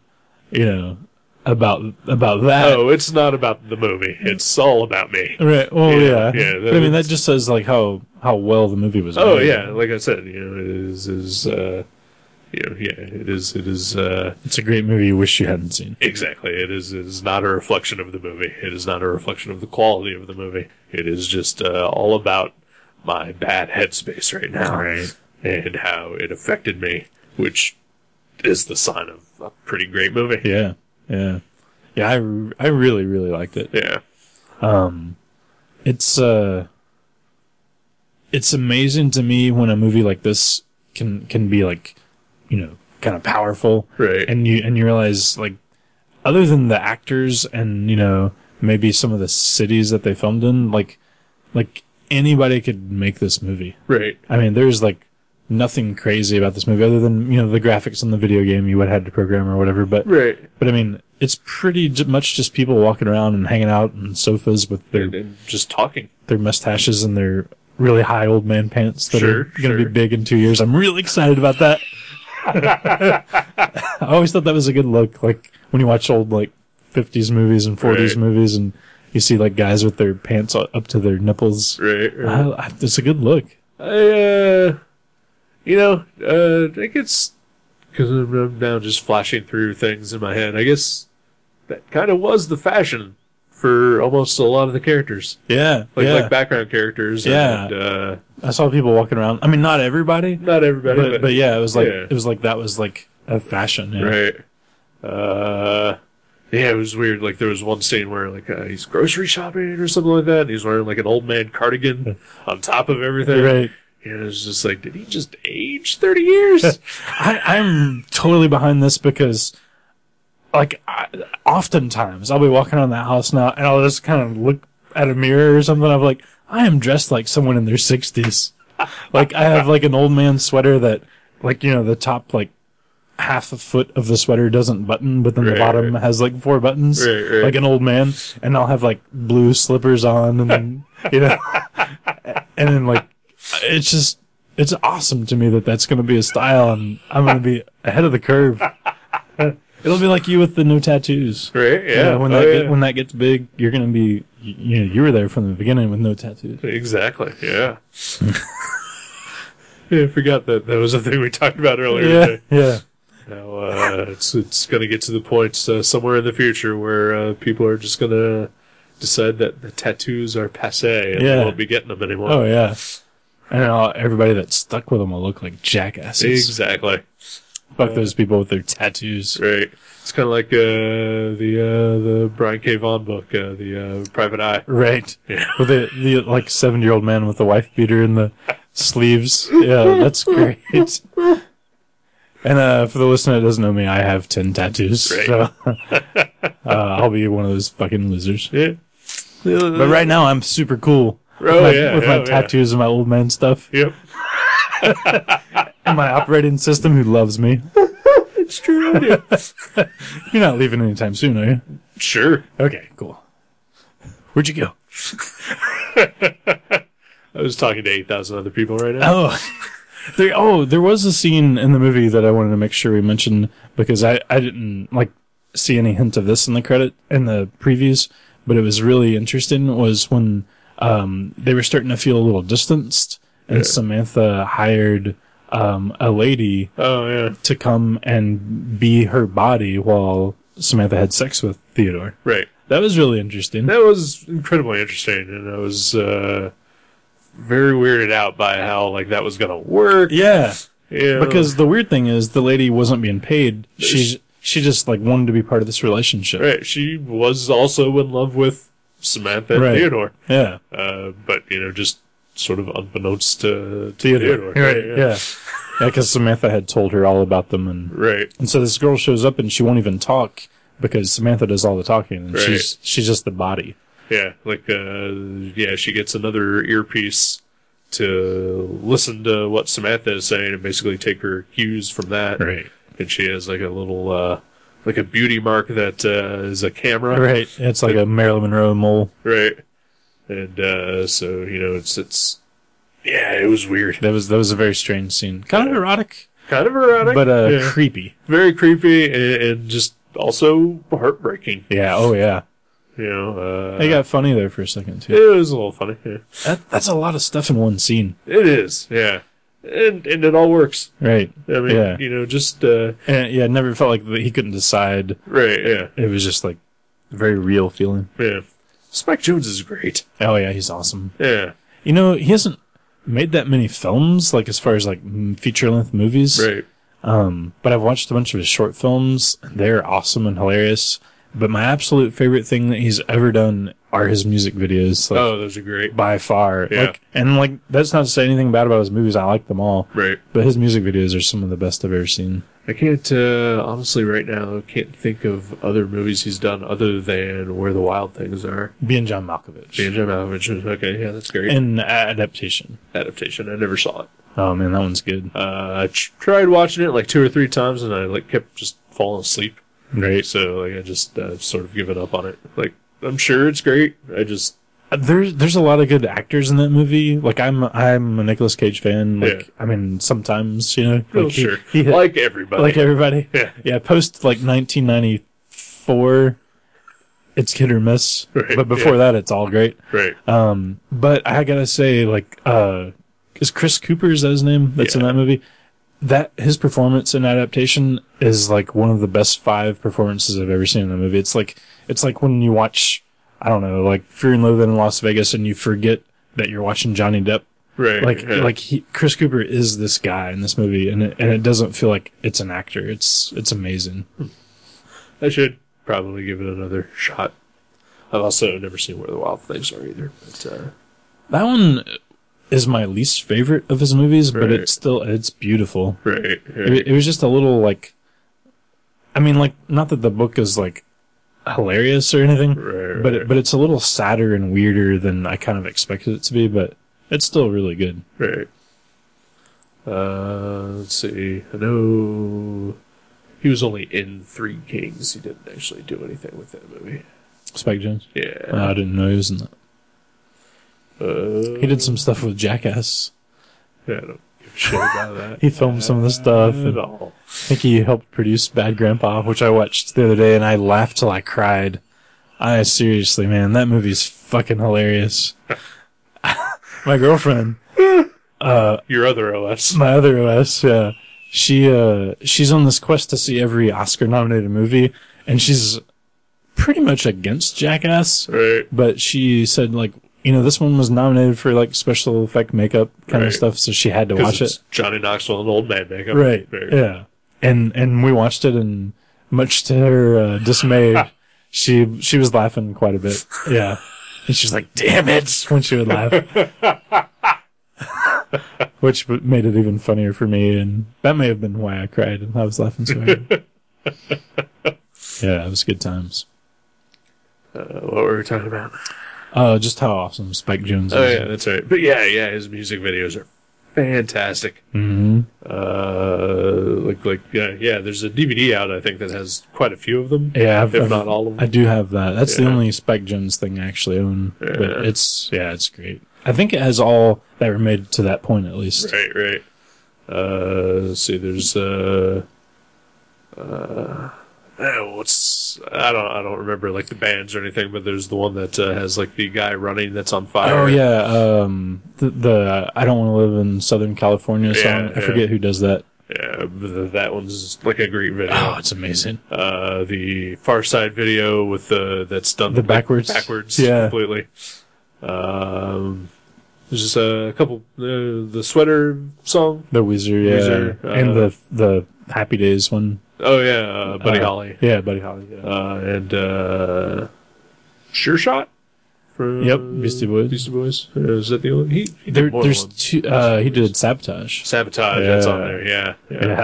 S2: you know, about, about that.
S1: Oh, it's not about the movie. It's all about me.
S2: Right. Well,
S1: Oh. Yeah,
S2: yeah.
S1: yeah, that-
S2: But I mean, that just says like how, how well the movie was.
S1: Oh
S2: made.
S1: yeah, like I said, you know, it is is uh, you know, yeah, it is it is uh,
S2: It's a great movie you wish you hadn't seen.
S1: exactly. It is it is not a reflection of the movie. It is not a reflection of the quality of the movie. It is just uh, all about my bad headspace right now
S2: Right.
S1: and how it affected me, which is the sign of a pretty great movie.
S2: Yeah, yeah, yeah. I, re- I really really liked it.
S1: Yeah.
S2: It's uh, it's amazing to me when a movie like this can can be like, you know, kind of powerful,
S1: Right.
S2: And you and you realize like, other than the actors and you know maybe some of the cities that they filmed in. Like, like anybody could make this movie.
S1: Right.
S2: I mean, there's like nothing crazy about this movie other than you know the graphics on the video game you would have had to program or whatever. But
S1: Right.
S2: but I mean, it's pretty j- much just people walking around and hanging out on sofas with their
S1: And, and just talking.
S2: their mustaches and their really high old man pants that
S1: Sure,
S2: are going
S1: sure.
S2: to be big in two years. I'm really excited
S1: [LAUGHS]
S2: about that. I always thought that was a good look. Like when you watch old like 50s movies and 40s
S1: Right.
S2: movies, and you see like guys with their pants u- up to their nipples.
S1: Right. right.
S2: I, I, it's a good look.
S1: I, uh, you know, uh, I guess because I'm I'm now just flashing through things in my head. I guess that kind of was the fashion for almost a lot of the characters,
S2: Yeah,
S1: like
S2: yeah.
S1: like background characters.
S2: Yeah.
S1: and uh,
S2: I saw people walking around. I mean, not everybody,
S1: not everybody,
S2: but,
S1: but,
S2: but yeah, it was like
S1: yeah.
S2: it was like that was like a fashion. Yeah.
S1: right. Uh, yeah, it was weird. Like there was one scene where like uh, he's grocery shopping or something like that, and he's wearing like an old man cardigan on top of everything.
S2: Right.
S1: And it was just like, did he just age thirty years?
S2: I, I'm totally behind this because, like, I, oftentimes I'll be walking around the house now and I'll just kind of look at a mirror or something. I'm like, I am dressed like someone in their 60s. Like, I have like an old man sweater that, like, you know, the top, like, half a foot of the sweater doesn't button, but then the
S1: Right,
S2: bottom has like four buttons,
S1: Right, right.
S2: like an old man. And I'll have like blue slippers on and then,
S1: [LAUGHS]
S2: you know, and then like, it's just, it's awesome to me that that's going to be a style and I'm going to be ahead of the curve. [LAUGHS] It'll be like you with the no tattoos.
S1: right? Yeah.
S2: You know, when that
S1: Oh,
S2: get,
S1: yeah.
S2: when that gets big, you're going to be, you, you know, you were there from the beginning with no tattoos.
S1: Exactly. Yeah. [LAUGHS] yeah. I forgot that that was a thing we talked about earlier.
S2: Yeah.
S1: Today.
S2: Yeah.
S1: Now, uh, it's it's going to get to the point uh, somewhere in the future where uh, people are just going to decide that the tattoos are passe and
S2: Yeah.
S1: they won't be getting them anymore.
S2: Oh yeah. And all, everybody that's stuck with them will look like jackasses.
S1: exactly.
S2: Fuck those people with their tattoos.
S1: Right. It's kind of like uh, the uh, the Brian K. Vaughan book, uh, the uh, Private Eye.
S2: Right.
S1: Yeah.
S2: [LAUGHS] With the, the like seven year old man with the wife beater in the sleeves. Yeah, that's great. [LAUGHS] And uh, for the listener that doesn't know me, I have ten tattoos.
S1: Great.
S2: So [LAUGHS] uh, I'll be one of those fucking losers.
S1: Yeah.
S2: But right now I'm super cool.
S1: Oh,
S2: with my,
S1: yeah,
S2: with
S1: yeah,
S2: my
S1: yeah.
S2: tattoos and my old man stuff.
S1: Yep.
S2: And my operating system who loves me.
S1: [LAUGHS] It's true. I do.
S2: [LAUGHS] You're not leaving anytime soon, are you?
S1: sure.
S2: Okay, cool. Where'd you go?
S1: I was talking to 8,000 other people right now.
S2: Oh, [LAUGHS] there. Oh, there was a scene in the movie that I wanted to make sure we mentioned because I I didn't like see any hint of this in the credit in the previews, but it was really interesting. Was when um they were starting to feel a little distanced, and Samantha hired um a lady
S1: Oh, yeah.
S2: to come and be her body while Samantha had sex with Theodore.
S1: Right.
S2: That was really interesting.
S1: That was incredibly interesting, and I was uh, very weirded out by how like that was gonna work.
S2: Yeah.
S1: Yeah,
S2: Because the weird thing is, the lady wasn't being paid. She she just like wanted to be part of this relationship.
S1: right, she was also in love with Samantha and
S2: Right.
S1: Theodore,
S2: Yeah,
S1: uh, but you know, just sort of unbeknownst to, to
S2: Theodore.
S1: Theodore.
S2: Right. Yeah, yeah. Because Samantha had told her all about them, and
S1: Right.
S2: and so this girl shows up and she won't even talk because Samantha does all the talking, and
S1: Right.
S2: she's she's just the body.
S1: Yeah, like uh, yeah, she gets another earpiece to listen to what Samantha is saying and basically take her cues from that.
S2: Right.
S1: And she has like a little uh, like a beauty mark that uh, is a camera.
S2: Right. It's like a Marilyn Monroe mole.
S1: Right. And uh, so you know, it's it's yeah, it was weird,
S2: That was that was a very strange scene. Kind of erotic,
S1: kind of erotic,
S2: but uh,
S1: yeah.
S2: creepy.
S1: very creepy and, and just also heartbreaking.
S2: Yeah. Oh yeah.
S1: You know, uh,
S2: It got funny there for a second too.
S1: it was a little funny. Yeah.
S2: That, that's a lot of stuff in one scene.
S1: It is, yeah, and and it all works.
S2: Right.
S1: I mean,
S2: Yeah.
S1: you know, just uh,
S2: And yeah, it never felt like that he couldn't decide.
S1: right, yeah,
S2: It was just like a very real feeling.
S1: yeah. Spike Jones is great.
S2: Oh yeah, he's awesome.
S1: Yeah,
S2: You know, he hasn't made that many films, like as far as like feature length movies.
S1: right,
S2: Um, but I've watched a bunch of his short films. They're awesome and hilarious. But my absolute favorite thing that he's ever done are his music videos. Like,
S1: Oh, those are great.
S2: by far.
S1: Yeah.
S2: Like, and like that's not to say anything bad about his movies. I like them all.
S1: Right.
S2: But his music videos are some of the best I've ever seen.
S1: I can't uh, honestly right now. Can't think of other movies he's done other than Where the Wild Things Are.
S2: Being John Malkovich.
S1: Being John Malkovich. Okay, yeah, that's great.
S2: An adaptation.
S1: Adaptation. I never saw it.
S2: Oh man, that one's good.
S1: Uh, I tr- tried watching it like two or three times, and I like kept just falling asleep.
S2: Right.
S1: So like I just uh, sort of given up on it. Like I'm sure it's great. I just
S2: There's there's a lot of good actors in that movie. Like I'm I'm a Nicolas Cage fan. Like
S1: Yeah.
S2: I mean sometimes, you know. Like
S1: well,
S2: he-
S1: sure
S2: he hit-
S1: like everybody.
S2: like everybody.
S1: [LAUGHS] Yeah.
S2: Yeah, post like 1994, it's hit or miss.
S1: Right,
S2: But before
S1: yeah.
S2: that, it's all great.
S1: right.
S2: Um, but I gotta say, like, uh, is Chris Cooper is that his name? That's in
S1: Yeah.
S2: that movie. That his performance in adaptation is like one of the best five performances I've ever seen in a movie. It's like it's like when you watch, I don't know, like Fear and Loathing in Las Vegas, and you forget that you're watching Johnny Depp
S1: Right.
S2: like
S1: yeah.
S2: like he, Chris Cooper is this guy in this movie, and it, and it doesn't feel like it's an actor. It's it's amazing.
S1: I should probably give it another shot. I've also never seen Where the Wild Things Are either. But uh,
S2: That one is my least favorite of his movies, but
S1: Right.
S2: it's still it's beautiful.
S1: right,
S2: It, it was just a little like, I mean, like not that the book is like hilarious or anything,
S1: Right,
S2: but
S1: right.
S2: it, but it's a little sadder and weirder than I kind of expected it to be. But it's still really good.
S1: right. Uh, let's see. I know he was only in Three Kings. He didn't actually do anything with that movie.
S2: Spike Jones.
S1: Yeah.
S2: I didn't know he was in that.
S1: Uh,
S2: He did some stuff with Jackass.
S1: yeah, I don't give a shit about that.
S2: He filmed some of the stuff.
S1: at
S2: [LAUGHS] and-
S1: all.
S2: I think he helped produce Bad Grandpa, which I watched the other day, and I laughed till I cried. I seriously, man, that movie's fucking hilarious. [LAUGHS] my girlfriend,
S1: Your other OS.
S2: my other OS, yeah, she uh, she's on this quest to see every Oscar-nominated movie, and she's pretty much against Jackass,
S1: Right.
S2: but she said like, you know, this one was nominated for like special effect makeup kind
S1: Right.
S2: of stuff, so she had to
S1: 'Cause
S2: watch
S1: it's
S2: it.
S1: Johnny Knoxville and Old Man Makeup.
S2: right, yeah and and we watched it and much [LAUGHS] to her uh,
S1: [LAUGHS]
S2: dismay she she was laughing quite a bit yeah and she was like damn it [LAUGHS] when she
S1: [LAUGHS]
S2: would laugh which w- made it even funnier for me and that may have been why i cried and i was laughing so hard
S1: [LAUGHS]
S2: yeah it was good times
S1: Uh, what were we talking about?
S2: uh just how awesome spike jones is
S1: Oh yeah, that's right. But yeah, yeah, his music videos are fantastic.
S2: hmm
S1: Uh, like like yeah, yeah. There's a DVD out I think that has quite a few of them.
S2: yeah I've,
S1: if
S2: I've-
S1: not all of
S2: I
S1: them.
S2: do have that. That's
S1: Yeah.
S2: the only Spike Jones thing I actually own. But
S1: Yeah.
S2: it's yeah, it's great. I think it has all that were made to that point at least.
S1: [LAUGHS] right, right. Uh, let's see, there's uh, uh, oh, what's I don't I don't remember like the bands or anything, but there's the one that uh, has like the guy running that's on fire.
S2: Oh yeah, um, the, the I don't want to live in Southern California song.
S1: Yeah, yeah.
S2: I forget who does that.
S1: yeah. but That one's like a great video.
S2: Oh, it's amazing.
S1: uh, the Far Side video with the that's done
S2: The backwards?
S1: backwards,
S2: Yeah.
S1: completely. Um, there's just a couple uh, the sweater song.
S2: The Weezer, yeah,
S1: Weezer, uh,
S2: and the the Happy Days one.
S1: Oh yeah, uh, Buddy
S2: Uh,
S1: Holly
S2: Yeah, Buddy Holly. Yeah.
S1: uh, and uh, Sure Shot. From
S2: Yep, Beastie Boys.
S1: Beastie Boys. Uh, is that the only he? he did
S2: there,
S1: more
S2: there's
S1: than one.
S2: two. Uh, he did Sabotage.
S1: Sabotage. That's
S2: Yeah.
S1: on there. Yeah. [LAUGHS]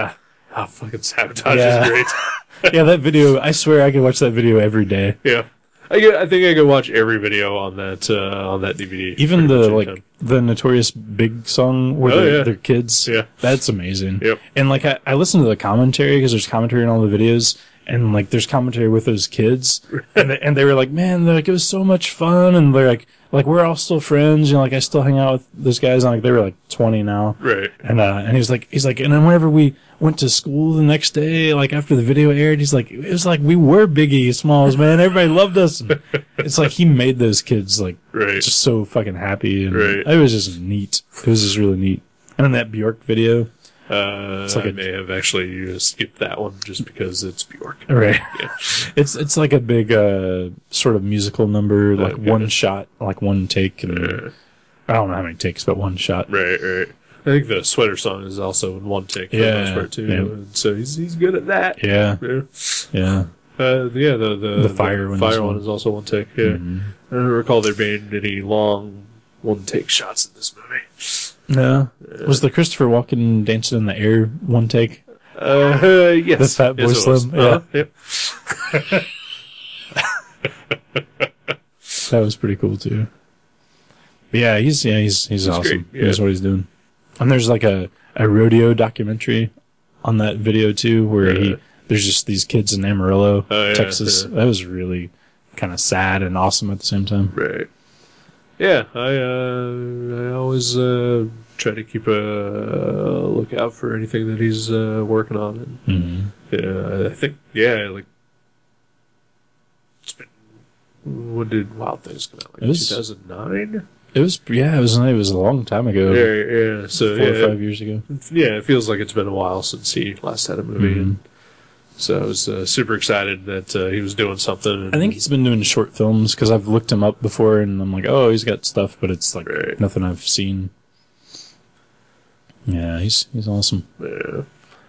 S1: Oh, fucking sabotage
S2: Yeah.
S1: is great.
S2: yeah. That video, I swear, I could watch that video every day.
S1: [LAUGHS] yeah. I, get, I think I could watch every video on that uh, on that DVD.
S2: even
S1: pretty
S2: the
S1: much
S2: like
S1: anytime.
S2: the notorious big song where
S1: Oh,
S2: they're,
S1: yeah.
S2: they're kids
S1: Yeah.
S2: that's amazing
S1: Yep.
S2: and like I, I listen to the commentary because there's commentary in all the videos and like there's commentary with those kids
S1: [LAUGHS]
S2: and they, and they were like man they're like it was so much fun and they're like like we're all still friends and like I still hang out with those guys and like they were like 20 now
S1: right.
S2: and uh, and he was like, he's like, and then whenever we went to school the next day, like after the video aired, he's like, it was like we were Biggie Smalls, man. Everybody
S1: [LAUGHS]
S2: loved us. And it's like he made those kids like
S1: Right.
S2: just so fucking happy, and
S1: Right.
S2: it was just neat. It was just really neat. And then that Bjork video,
S1: Uh,
S2: like
S1: I
S2: a-
S1: may have actually uh, skipped that one just because it's Bjork.
S2: right?
S1: Yeah.
S2: [LAUGHS] It's it's like a big uh, sort of musical number, like
S1: Okay.
S2: one shot, like one take, and I don't know how many takes, but one shot.
S1: Right, right. I think the sweater song is also in one take for the
S2: Yeah,
S1: most part too.
S2: yeah.
S1: and So he's he's good at that.
S2: Yeah,
S1: Yeah.
S2: yeah.
S1: Uh, yeah, the, the,
S2: The fire one is
S1: fire
S2: one. Mm-hmm.
S1: one is also one take. Yeah. I don't recall there being any long one take shots in this movie.
S2: No, was the Christopher Walken dancing in the air one take?
S1: Uh, [LAUGHS] yes.
S2: The Fat Boy
S1: Yes, it was.
S2: Slim,
S1: Uh-huh, yep.
S2: That was pretty cool too. But yeah, he's yeah he's he's, awesome.
S1: great, yeah.
S2: He knows what he's doing. And there's like a, a rodeo documentary on that video too, where
S1: Yeah.
S2: he there's just these kids in Amarillo,
S1: Oh, yeah,
S2: Texas. That was really kind of sad and awesome at the same time.
S1: Right. Yeah, I uh, I always uh, try to keep a lookout for anything that he's uh, working on.
S2: Mm-hmm.
S1: And uh, I think yeah, like it's been when did Wild Things come out?
S2: It
S1: Like
S2: was-
S1: two thousand nine.
S2: It was yeah, it was it was a long time ago,
S1: Yeah, yeah. So
S2: four
S1: yeah,
S2: or five years ago.
S1: yeah, it feels like it's been a while since he last had a
S2: Mm-hmm.
S1: movie. And so I was uh, super excited that uh, he was doing something. And,
S2: I think he's been doing short films because I've looked him up before, and I'm like, oh, he's got stuff, but it's like
S1: Right.
S2: nothing I've seen. Yeah, he's he's awesome.
S1: yeah,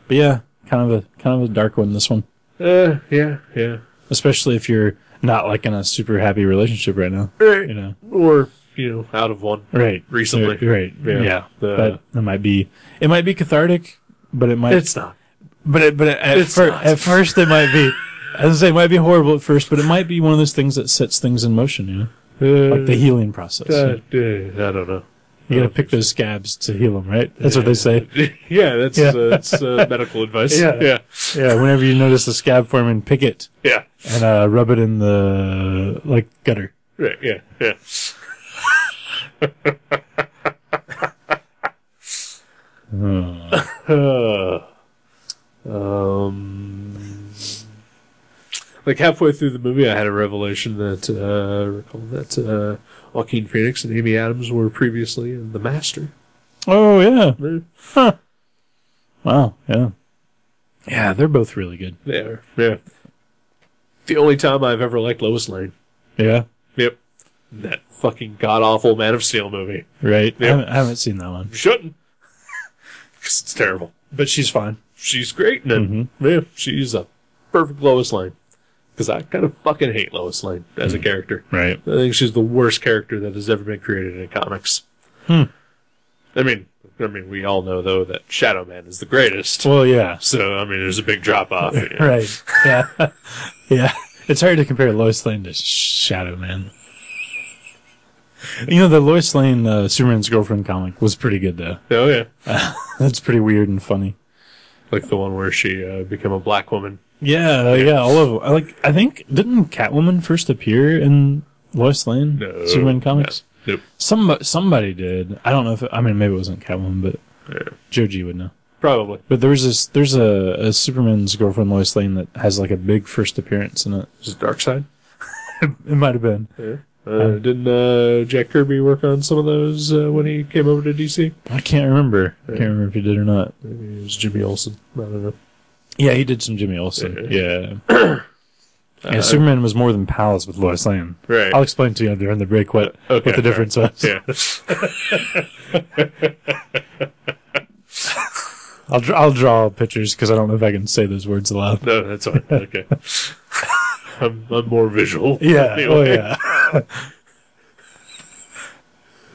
S2: But yeah, kind of a kind of a dark one. This one,
S1: uh, yeah, yeah.
S2: especially if you're not like in a super happy relationship right now.
S1: Right.
S2: You know,
S1: Or you know, out of one.
S2: right?
S1: Recently.
S2: right?
S1: Yeah.
S2: Yeah, Uh,
S1: The-
S2: but that might be it might be cathartic, but it might
S1: It's not.
S2: but it, but at,
S1: It's
S2: fir-
S1: not.
S2: at first it might be. I was gonna say it might be horrible at first, but it might be one of those things that sets things in motion. You know, like the healing process.
S1: Uh, uh, I don't know.
S2: you gotta pick those scabs to heal them, right? That's what they say.
S1: [LAUGHS] yeah, that's
S2: Yeah.
S1: Uh, that's
S2: [LAUGHS]
S1: uh, medical advice.
S2: Yeah.
S1: yeah,
S2: Yeah, whenever you notice a scab forming, pick it
S1: yeah,
S2: and uh, rub it in the like gutter.
S1: right, yeah, yeah. Hmm. Uh, um, like halfway through the movie, I had a revelation that uh, I recall that uh, Joaquin Phoenix and Amy Adams were previously in The Master.
S2: Oh yeah.
S1: They're-
S2: Wow, yeah. Yeah, they're both really good.
S1: They are. Yeah. The only time I've ever liked Lois Lane.
S2: Yeah,
S1: Yep. That fucking god awful Man of Steel movie.
S2: right.
S1: Yeah.
S2: I, haven't, I haven't seen that one.
S1: You shouldn't. [LAUGHS] Because it's terrible.
S2: But she's fine.
S1: She's great in it.
S2: Mm-hmm.
S1: Yeah, she's a perfect Lois Lane. Because I kind of fucking hate Lois Lane as
S2: Mm.
S1: a character.
S2: Right.
S1: I think she's the worst character that has ever been created in comics.
S2: Hmm.
S1: I mean, I mean, we all know though that Shadow Man is the greatest.
S2: Well, yeah.
S1: So I mean, there's a big drop off.
S2: [LAUGHS] Right. Yeah. [LAUGHS] yeah. It's hard to compare Lois Lane to Shadow Man. You know, the Lois Lane uh, Superman's Girlfriend comic was pretty good, though. [LAUGHS]
S1: Oh yeah,
S2: That's pretty weird and funny.
S1: like the one where she uh, became a black woman.
S2: Yeah, uh, yeah, all of them. I Like, I think, didn't Catwoman first appear in Lois Lane
S1: No,
S2: Superman comics?
S1: No. Nope.
S2: Some somebody did. I don't know if it, I mean maybe it wasn't Catwoman, but
S1: Yeah.
S2: Joji would know.
S1: Probably.
S2: But there's this there's a, a Superman's girlfriend Lois Lane that has like a big first appearance in it.
S1: Is it Dark Side?
S2: It might have been.
S1: Yeah. Uh, didn't uh, Jack Kirby work on some of those uh, when he came over to DC?
S2: I can't remember. I can't remember if he did or not.
S1: Maybe it was Jimmy Olsen. I don't know.
S2: Yeah, he did some Jimmy Olsen. Yeah. Yeah,
S1: [CLEARS THROAT] Uh,
S2: Superman was more than pals with Lois Lane.
S1: Right.
S2: I'll explain to you during the break what,
S1: Uh, okay,
S2: what the
S1: all
S2: difference was.
S1: yeah.
S2: I'll dr- I'll draw pictures because I don't know if I can say those words aloud.
S1: No, that's all right. [LAUGHS] Okay. I'm, I'm more visual.
S2: Yeah. Oh
S1: Anyway.
S2: yeah. [LAUGHS]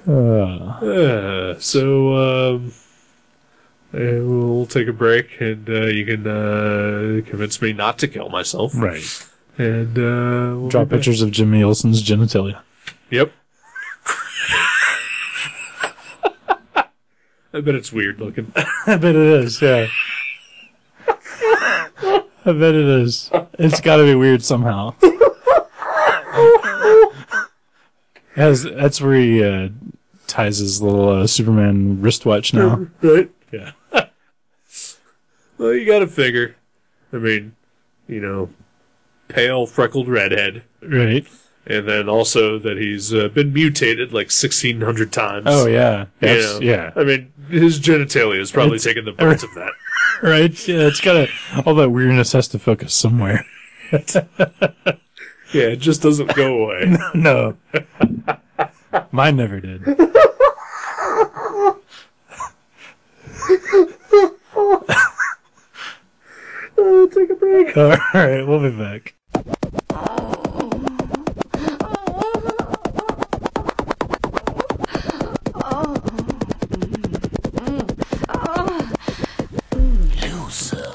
S2: Uh,
S1: Uh, so, um, uh, we'll take a break and uh, you can uh, convince me not to kill myself.
S2: right.
S1: And uh, we'll
S2: Draw
S1: be back.
S2: pictures of Jimmy Olsen's genitalia.
S1: Yep. [LAUGHS] I bet it's weird looking.
S2: [LAUGHS] I bet it is. Yeah. I bet it is. It's got to be weird [LAUGHS] somehow. As, that's where he uh, ties his little uh, Superman wristwatch now.
S1: right?
S2: Yeah.
S1: [LAUGHS] Well, you gotta figure. I mean, you know, pale, freckled redhead.
S2: Right.
S1: And then also that he's uh, been mutated like 1,600 times.
S2: Oh yeah.
S1: You know,
S2: That's- yeah.
S1: I mean, his genitalia is probably
S2: It's-
S1: taking the brunt of that.
S2: Right. Yeah. It's got to all that weirdness has to focus somewhere.
S1: [LAUGHS] Yeah, it just doesn't go [LAUGHS] away.
S2: [LAUGHS] No. Mine never did. [LAUGHS]
S1: take a break.
S2: All right, we'll be back.
S3: Lucifer.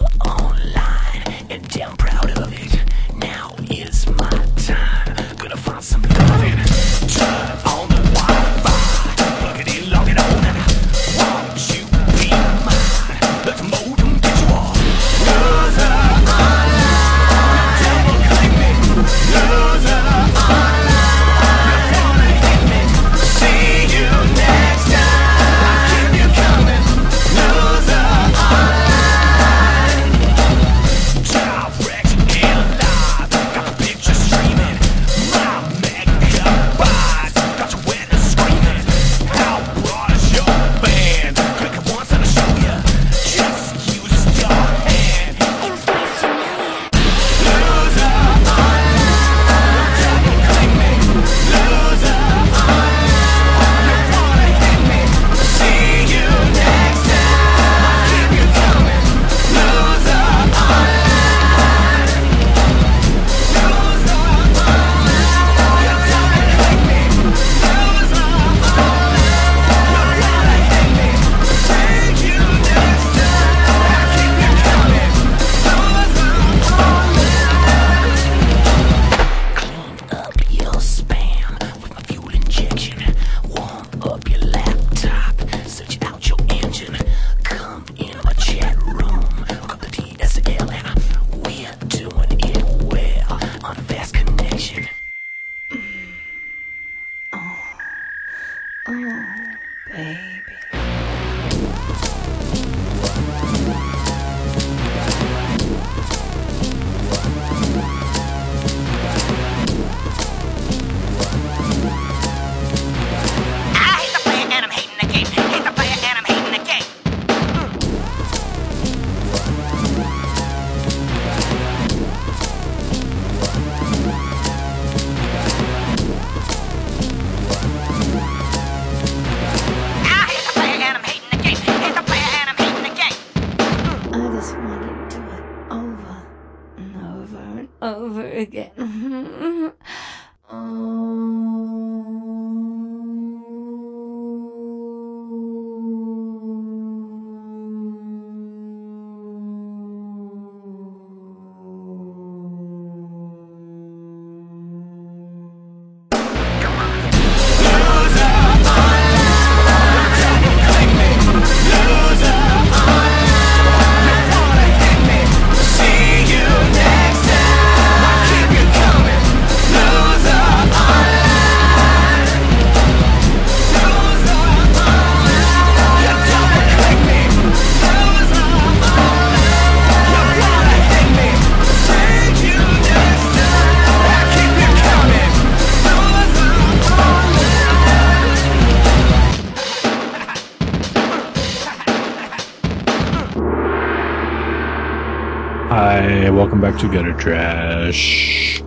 S2: Hi, welcome back to Gutter Trash.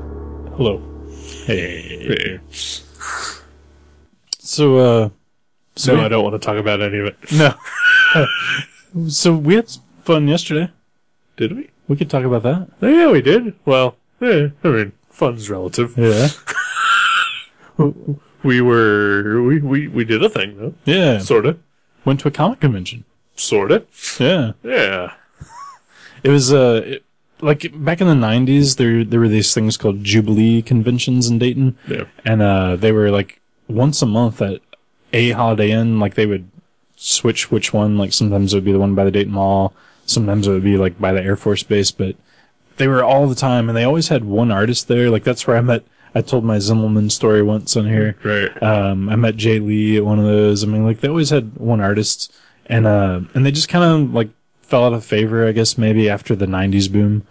S1: Hello.
S2: Hey.
S1: Hey.
S2: So, uh, so
S1: No,
S2: we-
S1: I don't want to talk about any of it.
S2: [LAUGHS] no. so we had fun yesterday.
S1: Did we?
S2: We could talk about that.
S1: Yeah, we did. Well, yeah, I mean, fun's relative.
S2: Yeah.
S1: We were we we, we did a thing though.
S2: Yeah.
S1: Sorta.
S2: Went to a comic convention.
S1: Sorta.
S2: Yeah.
S1: Yeah.
S2: It was uh, it, like back in the '90s, there there were these things called Jubilee conventions in Dayton,
S1: Yeah.
S2: and uh, they were like once a month at a Holiday Inn. Like they would switch which one. Like sometimes it would be the one by the Dayton Mall, sometimes it would be like by the Air Force Base, but they were all the time, and they always had one artist there. Like that's where I met. I told my Zimmelman story once on here.
S1: Right.
S2: Um, I met Jay Lee at one of those. I mean, like they always had one artist, and uh, and they just kind of like fell out of favor, I guess, maybe after the '90s boom.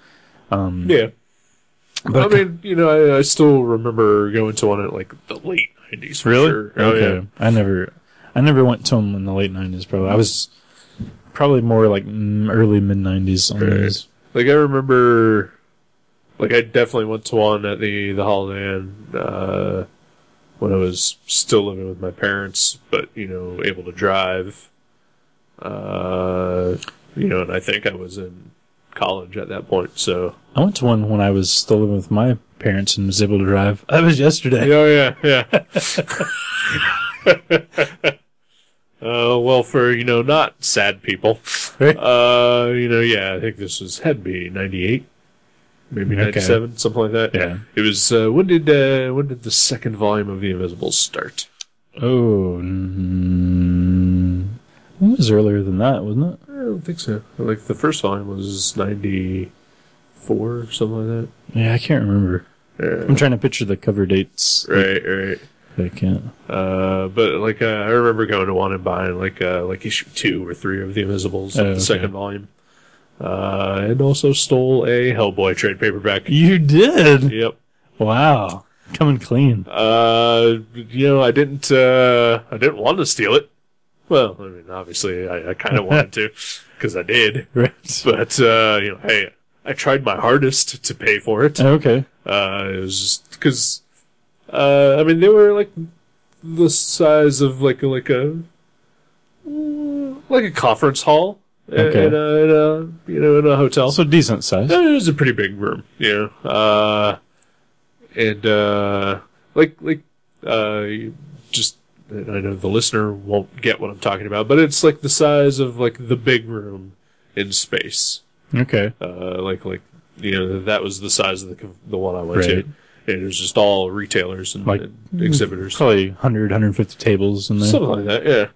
S1: Yeah.
S2: But
S1: Um, I mean, you know, I, I still remember going to one at like the late nineties.
S2: really,
S1: Sure. Oh,
S2: okay, I never, I never went to them in the late '90s. Probably, I was probably more like mm, early mid '90s on
S1: Right.
S2: those.
S1: yeah. Like I remember, like I definitely went to one at the the Holiday Inn uh, when I was still living with my parents, but you know, able to drive. Uh, you know, and I think I was in college at that point, so
S2: I went to one when I was still living with my parents and was able to drive. [LAUGHS] That was yesterday.
S1: Oh yeah, [LAUGHS] yeah. uh, well, for you know, not sad people.
S2: Right.
S1: Uh, you know, yeah. I think this was had to be ninety eight, maybe
S2: Okay.
S1: ninety seven, something like that.
S2: Yeah.
S1: It was. Uh, when did uh, when did the second volume of The Invisibles start?
S2: Oh, mm, it was earlier than that, wasn't it?
S1: I don't think so. Like the first volume was ninety four, something like
S2: Yeah, I can't remember.
S1: that.
S2: I'm trying to picture the cover dates.
S1: Yeah. Right. Right.
S2: I can't.
S1: Uh, but like uh, I remember going to one and buying like uh, like issue two or three of the Invisibles,
S2: Oh,
S1: the
S2: okay.
S1: second volume, uh, and also stole a Hellboy trade paperback.
S2: You did.
S1: Yep.
S2: Wow. Coming clean. [LAUGHS]
S1: Uh, you know, I didn't. Uh, I didn't want to steal it. Well, I mean, obviously, I, I
S2: [LAUGHS]
S1: kind of wanted to because I did.
S2: Right.
S1: But uh, you know, hey, I tried my hardest to pay for it.
S2: Okay.
S1: Uh, it was just because, uh, I mean, they were like the size of like a, like a mm, like a conference hall
S2: Okay.
S1: in, a, in a you know in a hotel.
S2: Also decent size.
S1: it was a pretty big room, you know. Uh, and uh, like like uh, you just I know the listener won't get what I'm talking about, but it's like the size of like the big room in space
S2: Okay.
S1: uh, like like you know that was the size of the co- the one I went
S2: Right.
S1: to. And it was just all retailers and,
S2: Like-
S1: and exhibitors,
S2: Probably 100, 150 tables in there.
S1: something like that. Yeah.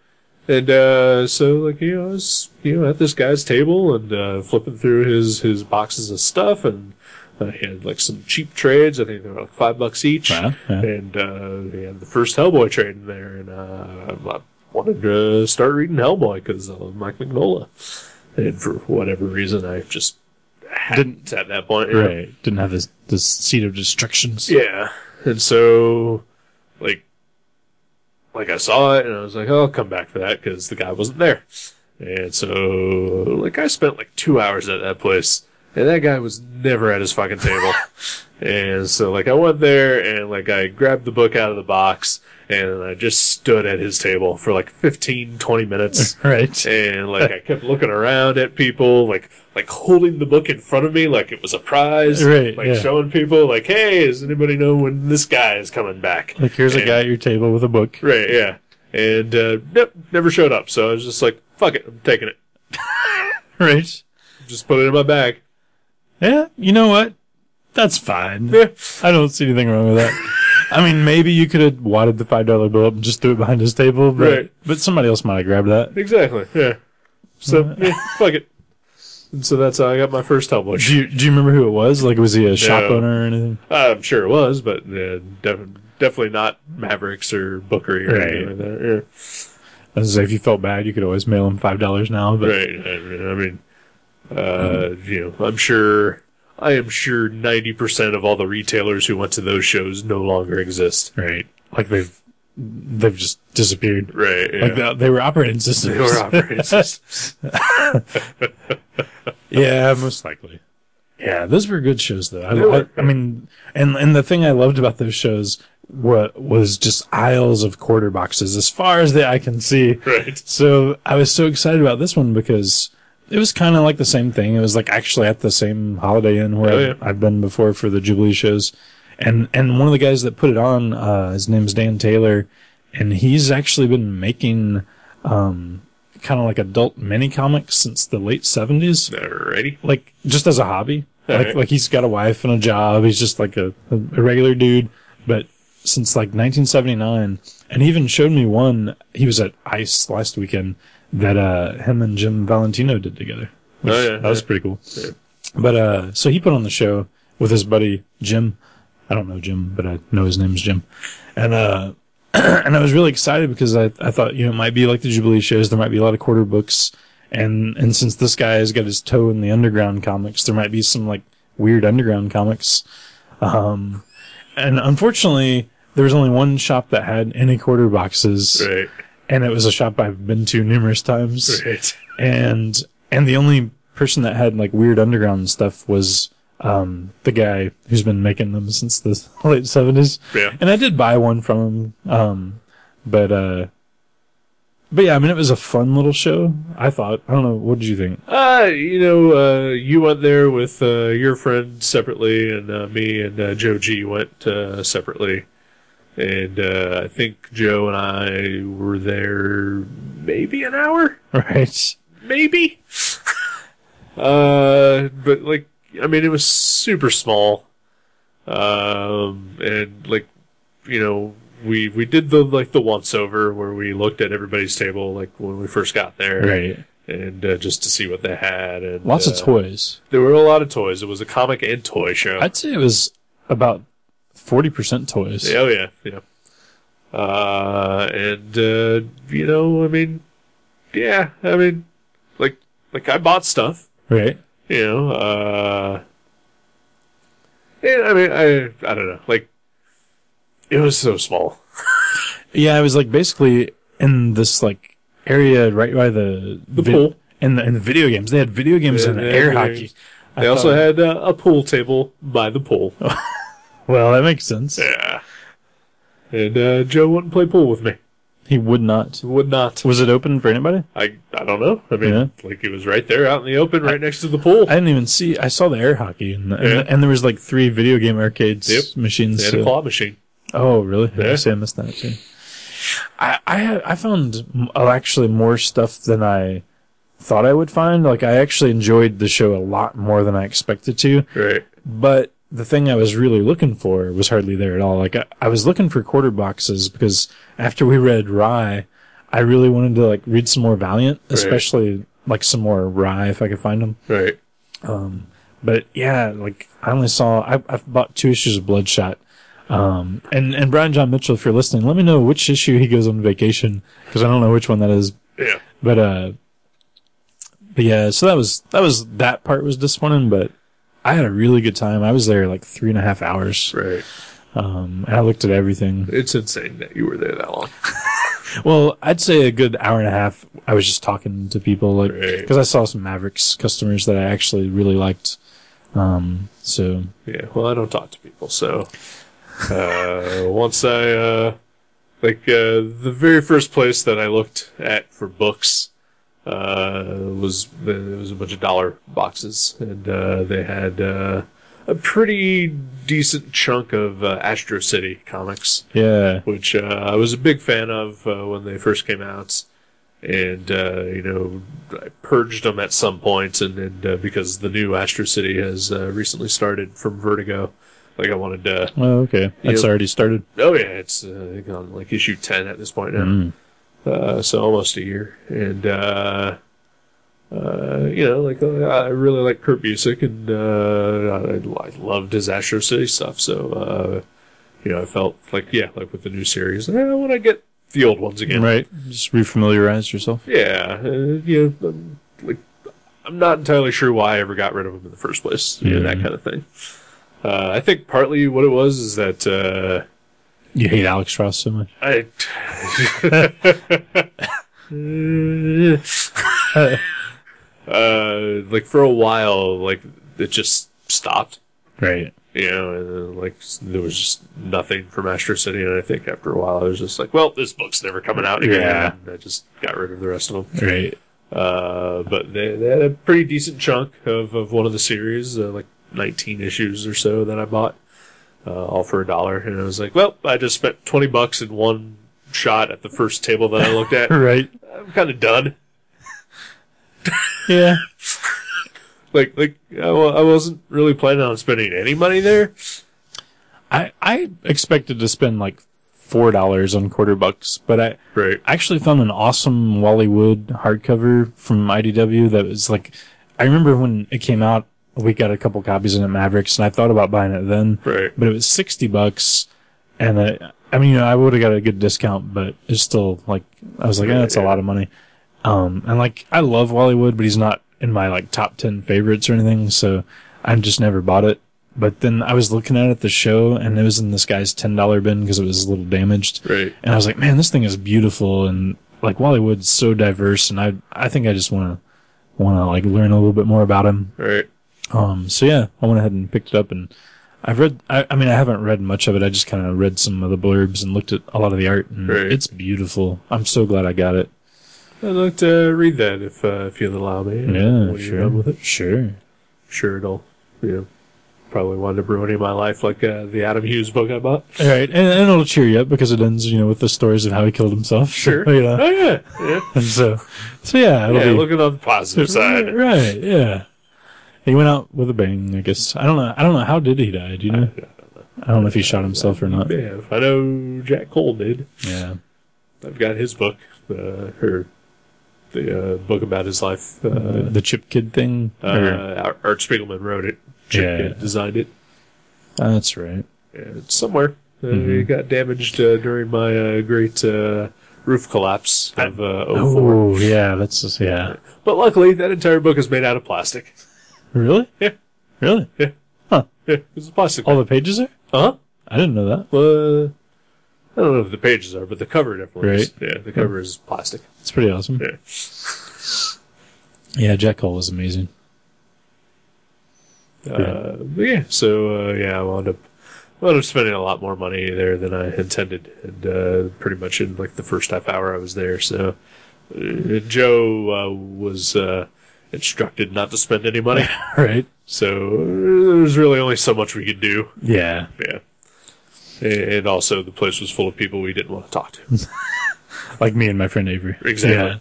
S1: And uh, so like you know I was you know at this guy's table and uh, flipping through his his boxes of stuff and. Uh, he had like some cheap trades. I think they were like five bucks each,
S2: Wow, yeah.
S1: and uh, he had the first Hellboy trade in there. And uh, I wanted to start reading Hellboy because I love Mike Mignola, and for whatever reason, I just
S2: Didn't
S1: it's at that point. yeah.
S2: right. Didn't have this this seat of destructions.
S1: Yeah. And so, like, like I saw it and I was like, oh, I'll come back for that because the guy wasn't there. And so, like, I spent like two hours at that place And that guy was never at his fucking table. and so like I went there and like I grabbed the book out of the box and I just stood at his table for like 15, 20 minutes.
S2: Right.
S1: and like
S2: [LAUGHS]
S1: I kept looking around at people, like like holding the book in front of me like it was a prize.
S2: Right,
S1: Like
S2: yeah.
S1: showing people like, hey, does anybody know when this guy is coming back?
S2: Like here's a
S1: And-
S2: guy at your table with a book.
S1: Right, yeah. And uh nope, never showed up. So I was just like, fuck it, I'm taking it.
S2: Right.
S1: Just put it in my bag.
S2: Yeah. You know what? That's fine.
S1: Yeah.
S2: I don't see anything wrong with that. I mean, maybe you could have wadded the five dollar bill up and just threw it behind his table, but
S1: Right.
S2: but somebody else might have grabbed that.
S1: Exactly. Yeah.
S2: Uh.
S1: So yeah, fuck it. And so that's how I got my first Hellbutch.
S2: Do you do you remember who it was? Like, was he a shop
S1: No.
S2: owner or anything?
S1: I'm sure it was, but uh, def- definitely not Mavericks or Bookery or
S2: Right.
S1: anything like that.
S2: I was like, if you felt bad, you could always mail him five dollars now.
S1: Yeah.
S2: But
S1: Right. I mean, I mean uh, you know, I'm sure. I am sure 90% of all the retailers who went to those shows no longer exist.
S2: right, like they've they've just disappeared.
S1: Right. Yeah.
S2: Like they, they were operating systems.
S1: They were operating systems.
S2: [LAUGHS] yeah, most likely. Yeah, those were good shows though. I,
S1: They were.
S2: I, I mean, and and the thing I loved about those shows wa was just aisles of quarter boxes as far as the eye can see.
S1: Right.
S2: So I was so excited about this one because it was kind of like the same thing. It was like actually at the same Holiday Inn where
S1: Oh,
S2: I've-
S1: yeah.
S2: I've been before for the Jubilee shows, and and one of the guys that put it on, uh, his name's Dan Taylor, and he's actually been making um, kind of like adult mini comics since the late seventies,
S1: Alrighty.
S2: like just as a hobby.
S1: All
S2: like
S1: right.
S2: like he's got a wife and a job. He's just like a, a regular dude, but since like 1979 and he even showed me one he was at ice last weekend that uh him and jim valentino did together which
S1: Oh, yeah,
S2: that was
S1: yeah.
S2: pretty cool but uh so he put on the show with his buddy jim i don't know jim but i know his name's jim and uh [CLEARS THROAT] and i was really excited because i i thought you know it might be like the jubilee shows there might be a lot of quarter books and and since this guy has got his toe in the underground comics there might be some like weird underground comics um and unfortunately there was only one shop that had any quarter boxes
S1: Right.
S2: and it was a shop i've been to numerous times
S1: Right.
S2: and and the only person that had like weird underground stuff was um the guy who's been making them since the [LAUGHS] late 70s
S1: Yeah.
S2: and i did buy one from him um but uh but yeah i mean it was a fun little show i thought i don't know what did you
S1: [LAUGHS]
S2: think
S1: Uh, you know, uh, you went there with uh, your friend separately, and uh, me and uh, Joe G went uh, separately. And uh, I think Joe and I were there maybe an hour,
S2: right
S1: maybe. uh, but like, I mean, it was super small. Um, and like, you know, we we did the like the once over where we looked at everybody's table like when we first got there,
S2: right
S1: and uh, just to see what they had. And
S2: lots
S1: uh,
S2: of toys
S1: There were a lot of toys. It was a comic and toy show.
S2: i'd say it was about 40% toys
S1: Yeah, oh yeah, yeah. Uh, and uh, you know, I mean, yeah, I mean, like, like I bought stuff.
S2: right
S1: You know, uh, yeah, I mean, I, I don't know, like, it was so small.
S2: Yeah, I was like basically in this like area right by the the
S1: pool.
S2: and the, and the video games. They had video games
S1: Yeah,
S2: and
S1: they had
S2: air
S1: video
S2: hockey.
S1: games. They also
S2: thought-
S1: had uh, a pool table by the pool.
S2: Well, that makes sense.
S1: yeah. And uh, Joe wouldn't play pool with me.
S2: He would not.
S1: Would not.
S2: Was it open for anybody?
S1: I I don't know. I mean,
S2: Yeah.
S1: like it was right there out in the open, right next to the pool.
S2: I didn't even see. I saw the air hockey, and, and,
S1: Yeah.
S2: and there was like three video game arcades
S1: Yep.
S2: machines.
S1: They had a
S2: so-
S1: claw machine.
S2: Oh, really? Yeah.
S1: Yeah.
S2: I see, I missed that too. I I, had- I found m- oh, actually more stuff than I thought I would find. Like I actually enjoyed the show a lot more than I expected to.
S1: Right.
S2: but the thing I was really looking for was hardly there at all. Like I, I was looking for quarter boxes because after we read Rye, I really wanted to like read some more Valiant, especially like some more Rye if I could find them.
S1: Right.
S2: But yeah, like I only saw I, I bought two issues of Bloodshot. Um, and and Brian John Mitchell, if you're listening, let me know which issue he goes on vacation because I don't know which one that is.
S1: Yeah.
S2: But uh, but yeah, so that was that was that part was disappointing, but. I had a really good time. I was there like three and a half hours.
S1: Right.
S2: Um, and I looked at everything.
S1: It's insane that you were there that long.
S2: Well, I'd say a good hour and a half. I was just talking to people, like,
S1: Right.
S2: because I saw some Mavericks customers that I actually really liked. Um, so
S1: Yeah, well, I don't talk to people, so uh, once I uh, like uh, the very first place that I looked at for books uh, was there was a bunch of dollar boxes, and uh, they had uh, a pretty decent chunk of uh, Astro City comics
S2: yeah,
S1: which uh, I was a big fan of uh, when they first came out. And, uh, you know, I purged them at some point, and, and uh, because the new Astro City has uh, recently started from Vertigo, like I wanted to.
S2: oh okay, that's
S1: Yep.
S2: already started.
S1: Oh, yeah, it's uh, on like issue 10 at this point now.
S2: Mm.
S1: Uh, so almost a year. And, uh, uh, you know, like uh, I really like Kurt Busick, and uh, I, I loved his Astro City stuff. So, uh, you know, I felt like yeah, like with the new series, eh, I want to get the old ones again.
S2: Right, just refamiliarize yourself.
S1: Yeah, uh, you know, I'm, like I'm not entirely sure why I ever got rid of them in the first place. You know, that
S2: Mhm.
S1: kind of thing. Uh, I think partly what it was is that uh,
S2: You hate Alex Ross so much.
S1: I. uh, like for a while, like it just stopped.
S2: Right.
S1: You know, and then, like there was just nothing from Astro City, and I think after a while, I was just like, "Well, this book's never coming out again."
S2: Yeah.
S1: And I just got rid of the rest of them.
S2: Right.
S1: Uh, but they, they had a pretty decent chunk of, of one of the series, uh, like 19 issues or so that I bought, uh, all for a dollar. And I was like, well, I just spent 20 bucks in one shot at the first table that I looked [LAUGHS] at.
S2: Right.
S1: I'm kind of done.
S2: Yeah.
S1: Like, like I, wa- I wasn't really planning on spending any money there.
S2: I I expected to spend like four dollars on quarter bucks, but I
S1: Right.
S2: actually found an awesome Wally Wood hardcover from IDW that was like I remember when it came out we got a couple copies in at Mavericks and I thought about buying it then.
S1: Right.
S2: But it was sixty bucks and I, I mean you know, I would have got a good discount, but it's still like I was like, eh, that's a lot of money. Um and like I love Wally Wood, but he's not in my like top ten favorites or anything, so I just never bought it. But then I was looking at it at the show and it was in this guy's ten dollar bin because it was a little damaged
S1: Right.
S2: and I was like, man, this thing is beautiful, and like Wally Wood's so diverse, and I I think I just want to want to like learn a little bit more about him.
S1: Right.
S2: Um, so yeah, I went ahead and picked it up, and I've read. I, I mean, I haven't read much of it. I just kind of read some of the blurbs and looked at a lot of the art, and
S1: Right.
S2: it's beautiful. I'm so glad I got it.
S1: I'd like to read that if, uh, if you'll allow me.
S2: Yeah,
S1: When you're
S2: sure,
S1: done with it.
S2: sure.
S1: Sure, it'll, you know, probably wind up ruining my life like, uh, the Adam Hughes book I [LAUGHS] bought.
S2: All right, and, and it'll cheer you up because it ends, you know, with the stories of how he killed himself. [LAUGHS] you know,
S1: Oh yeah. Yeah.
S2: and so so yeah, it'll
S1: yeah
S2: be,
S1: looking on the [LAUGHS] positive side.
S2: Right, yeah. He went out with a bang, I guess. I don't know. I don't know how did he die. Do you know? I don't know if he shot himself or not.
S1: Yeah, if I know Jack Cole did.
S2: Yeah.
S1: I've got his book, uh, her the uh, book about his life.
S2: The,
S1: Uh,
S2: the chip kid thing. Or-
S1: uh, Art- Art Spiegelman wrote it. Chip
S2: Yeah.
S1: Kidd designed it.
S2: that's right.
S1: Yeah, it's somewhere. Uh, It got damaged uh, during my uh, great uh, roof collapse of uh, 04.
S2: Oh, yeah. That's just, yeah.
S1: But luckily, that entire book is made out of plastic. [LAUGHS]
S2: Really?
S1: Yeah.
S2: Really?
S1: Yeah, it's a plastic.
S2: All the pages are?
S1: Huh?
S2: I didn't know that.
S1: Uh, I don't know if the pages are, but the cover definitely is. Yeah, the cover is plastic.
S2: It's pretty awesome.
S1: Yeah.
S2: Yeah, Jack Cole was amazing.
S1: Uh, but yeah, so uh, yeah, I wound up wound up spending a lot more money there than I intended, and uh, pretty much in like the first half hour I was there. So uh, Joe uh, was uh, instructed not to spend any money,
S2: Right?
S1: so uh, there was really only so much we could do.
S2: Yeah.
S1: Yeah, A- and also the place was full of people we didn't want to talk to.
S2: Like me and my friend Avery.
S1: Exactly.
S2: Yeah.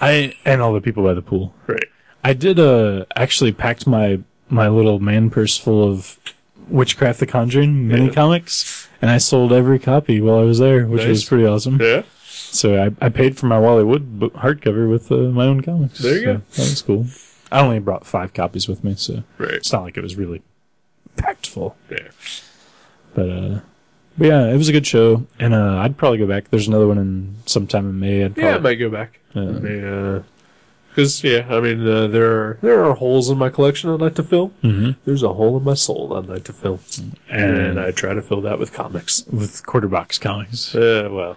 S2: I, and all the people by the pool.
S1: Right.
S2: I did uh actually packed my my little man purse full of Witchcraft the Conjuring mini
S1: Yeah.
S2: comics and I sold every copy while I was there, which was
S1: Nice.
S2: pretty awesome.
S1: Yeah.
S2: So I, I paid for my Wally Wood bo- hardcover with uh, my own comics.
S1: There you
S2: So
S1: go.
S2: That was cool. I only brought five copies with me, so
S1: Right.
S2: it's not like it was really packed full.
S1: Yeah.
S2: But uh but yeah, it was a good show, and uh, I'd probably go back. There's another one in sometime in May. I'd
S1: Yeah, I
S2: probably,
S1: might go back.
S2: Yeah.
S1: Because yeah, I mean uh, there are there are holes in my collection I'd like to fill.
S2: Mhm.
S1: There's a hole in my soul I'd like to fill, and
S2: and
S1: I try to fill that with comics.
S2: with quarter box comics,
S1: Uh, well,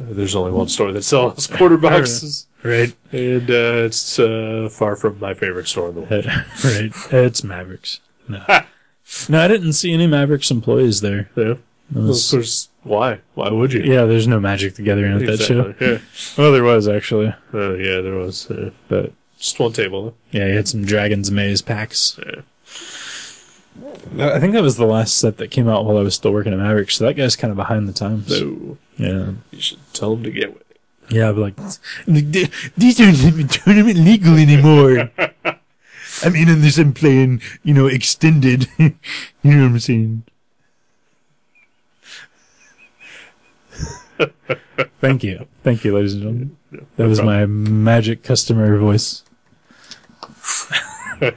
S1: uh, there's only one store that sells [LAUGHS] quarter boxes,
S2: [LAUGHS] right? [LAUGHS]
S1: and uh, it's uh, far from my favorite store in the world.
S2: right? It's Mavericks. No. no, I didn't see any Mavericks employees there.
S1: Yeah.
S2: It
S1: Well,
S2: was-
S1: of course, why? Why would you?
S2: yeah, there's no magic to gathering at that
S1: Exactly. Yeah.
S2: show. Well, there was actually,
S1: Uh, yeah, there was. Uh,
S2: but
S1: just one table.
S2: yeah, you had some Dragon's Maze packs.
S1: Though.
S2: I think that was the last set that came out while I was still working at Mavericks, so that guy's kind of behind the times.
S1: Yeah. So
S2: Yeah.
S1: you should tell them to get with it.
S2: Yeah, I'd be like, these aren't even tournament legal anymore. I mean, unless I'm playing, you know, extended. [LAUGHS] you know what I'm saying? Thank you. Thank you, ladies and gentlemen. That was my magic customer [LAUGHS] voice. yeah,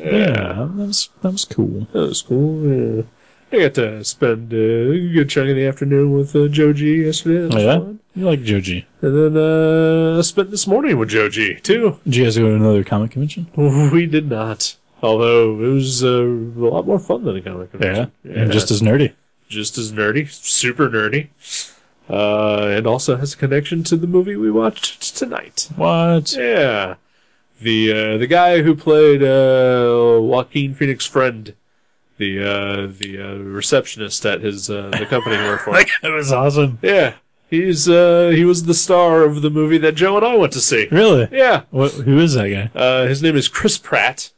S2: that was, that was cool.
S1: That was cool. Uh, I got to spend uh, a good chunk of the afternoon with uh, Joe G yesterday. That was
S2: Oh, yeah?
S1: fun.
S2: You like Joji.
S1: And then uh, I spent this morning with Joe G too. [LAUGHS]
S2: Did you guys go to another comic convention?
S1: We did not. Although it was uh, a lot more fun than a comic
S2: Yeah.
S1: convention.
S2: And just as nerdy.
S1: just as nerdy, super nerdy, uh, and also has a connection to the movie we watched tonight.
S2: What?
S1: Yeah, the uh, the guy who played uh, Joaquin Phoenix' friend, the uh, the uh, receptionist at his uh, the company he
S2: [LAUGHS]
S1: worked for.
S2: [LAUGHS] That was awesome.
S1: Yeah, he's uh, he was the star of the movie that Joe and I went to see.
S2: Really?
S1: Yeah,
S2: What, who is that guy?
S1: uh, his name is Chris Pratt,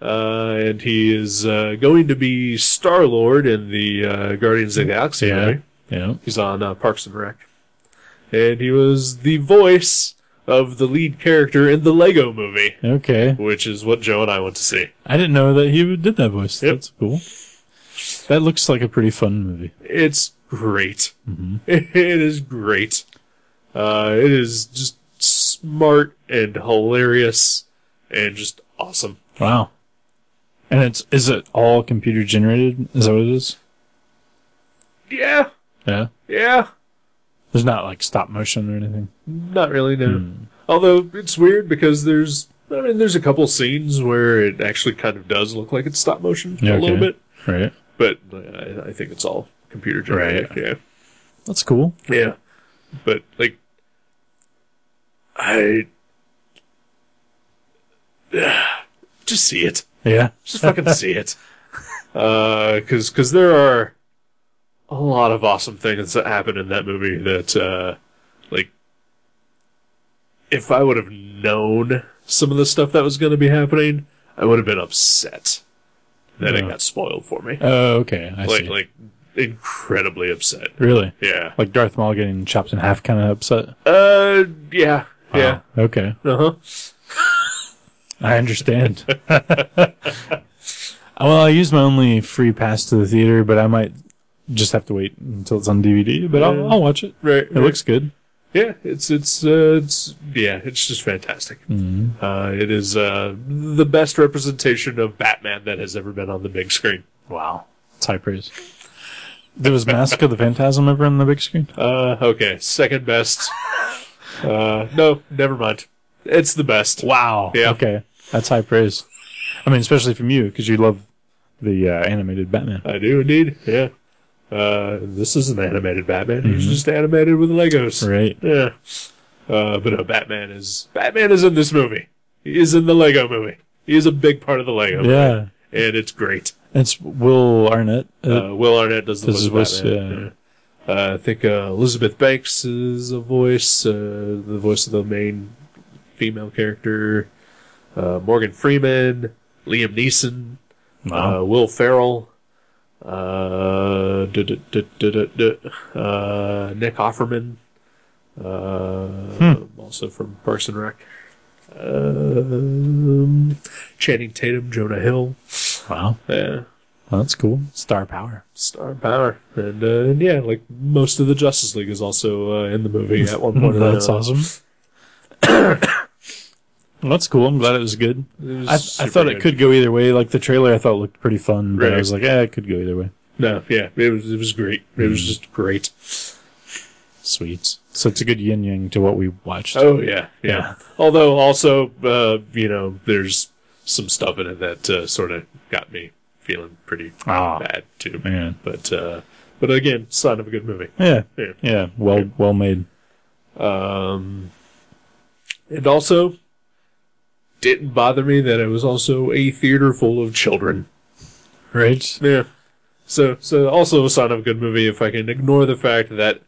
S1: uh, and he is uh, going to be Star Lord in the uh, Guardians of the Galaxy movie.
S2: Yeah.
S1: He's on uh, Parks and Rec. And he was the voice of the lead character in the Lego movie,
S2: Okay.
S1: which is what Joe and I went to see.
S2: I didn't know that he did that voice.
S1: Yep.
S2: That's cool. That looks like a pretty fun movie.
S1: It's great.
S2: Mm-hmm.
S1: [LAUGHS] It is great. Uh, it is just smart and hilarious and just awesome.
S2: Wow. And it's is it all computer generated? Is that what it is?
S1: Yeah,
S2: Yeah.
S1: yeah.
S2: There's not like stop motion or anything.
S1: Not really, no.
S2: Hmm.
S1: Although it's weird because there's, I mean, there's a couple scenes where it actually kind of does look like it's stop motion a
S2: Yeah,
S1: little
S2: okay.
S1: bit.
S2: Right.
S1: but uh, I, I think it's all computer generated.
S2: That's cool.
S1: Yeah, yeah. But like, I [SIGHS] just see it.
S2: Yeah.
S1: Just
S2: [LAUGHS]
S1: fucking see it. Because cause there are a lot of awesome things that happen in that movie that, uh, like, if I would have known some of the stuff that was going to be happening, I would have been upset that it
S2: Yeah.
S1: got spoiled for me
S2: Oh, okay. I
S1: like
S2: see.
S1: like incredibly upset.
S2: really?
S1: Yeah.
S2: Like Darth Maul getting chopped in half kind of upset?
S1: Uh. Yeah. Yeah.
S2: Wow. Okay.
S1: Uh huh.
S2: I understand. [LAUGHS] well, I use my only free pass to the theater, but I might just have to wait until it's on DVD. But
S1: Yeah.
S2: I'll, I'll watch it.
S1: Right.
S2: It looks good.
S1: Yeah. It's it's uh, it's yeah. It's just fantastic.
S2: Mm-hmm.
S1: Uh, it is uh the best representation of Batman that has ever been on the big screen.
S2: Wow, it's high praise. There was Mask of the Phantasm ever on the big screen.
S1: Uh. Okay. Second best.
S2: [LAUGHS]
S1: uh. No. Never mind. It's the best.
S2: Wow.
S1: Yeah.
S2: Okay, that's high praise. I mean, especially from you because you love the uh, animated Batman.
S1: I do indeed. Yeah. Uh, this is an animated Batman.
S2: Mm-hmm.
S1: He's just animated with Legos.
S2: Right.
S1: Yeah. Uh, but no, Batman is Batman is in this movie. He is in the Lego movie. He is a big part of the Lego movie.
S2: Yeah.
S1: And it's great.
S2: It's Will Arnett. Uh,
S1: Uh, Will Arnett does the
S2: This
S1: voice
S2: is
S1: of
S2: voice,
S1: Batman. Yeah. Uh, I think uh, Elizabeth Banks is a voice, uh, the voice of the main female character. Uh, Morgan Freeman, Liam Neeson,
S2: wow.
S1: uh, Will Ferrell, uh, duh, duh, duh, duh, duh, duh, uh, Nick Offerman,
S2: Hmm.
S1: uh, also from Parks and Rec, um, Channing Tatum, Jonah Hill,
S2: wow.
S1: yeah,
S2: Well, that's cool. Star power.
S1: star power, and, uh, and yeah, like most of the Justice League is also uh, in the movie at one point. or
S2: That's
S1: another.
S2: awesome. [COUGHS] that's cool. I'm glad it was good.
S1: It was
S2: I, I
S1: super
S2: thought it
S1: good.
S2: could go either way. Like the trailer, I thought looked pretty fun, but I
S1: Right.
S2: was like, yeah, it could go either way.
S1: No, yeah, it was it was great. It was just great.
S2: Sweet. So it's a good yin yang to what we watched.
S1: Oh yeah, yeah.
S2: Yeah.
S1: Although also, uh, you know, there's some stuff in it that uh, sort of got me feeling pretty
S2: Ah.
S1: bad too.
S2: man.
S1: But uh, but again, sign of a good movie.
S2: Yeah.
S1: Yeah.
S2: Yeah. Well, well made.
S1: Um, and also, didn't bother me that it was also a theater full of children.
S2: right?
S1: Yeah. So, so also a sign of a good movie if I can ignore the fact that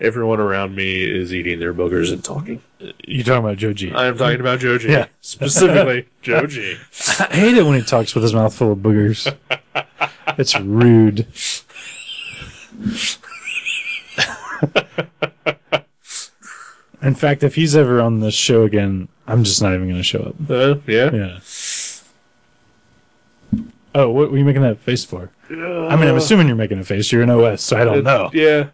S1: everyone around me is eating their boogers and talking.
S2: You're talking about Joji.
S1: I am talking about Joji.
S2: Yeah. [LAUGHS]
S1: Specifically, Joji.
S2: I hate it when he talks with his mouth full of [LAUGHS] boogers. it's rude. In fact, if he's ever on this show again, I'm just not even going to show up.
S1: Uh, yeah.
S2: Yeah. Oh, what were you making that face for? I mean, I'm assuming you're making a face. You're an OS, so I don't know.
S1: Yeah.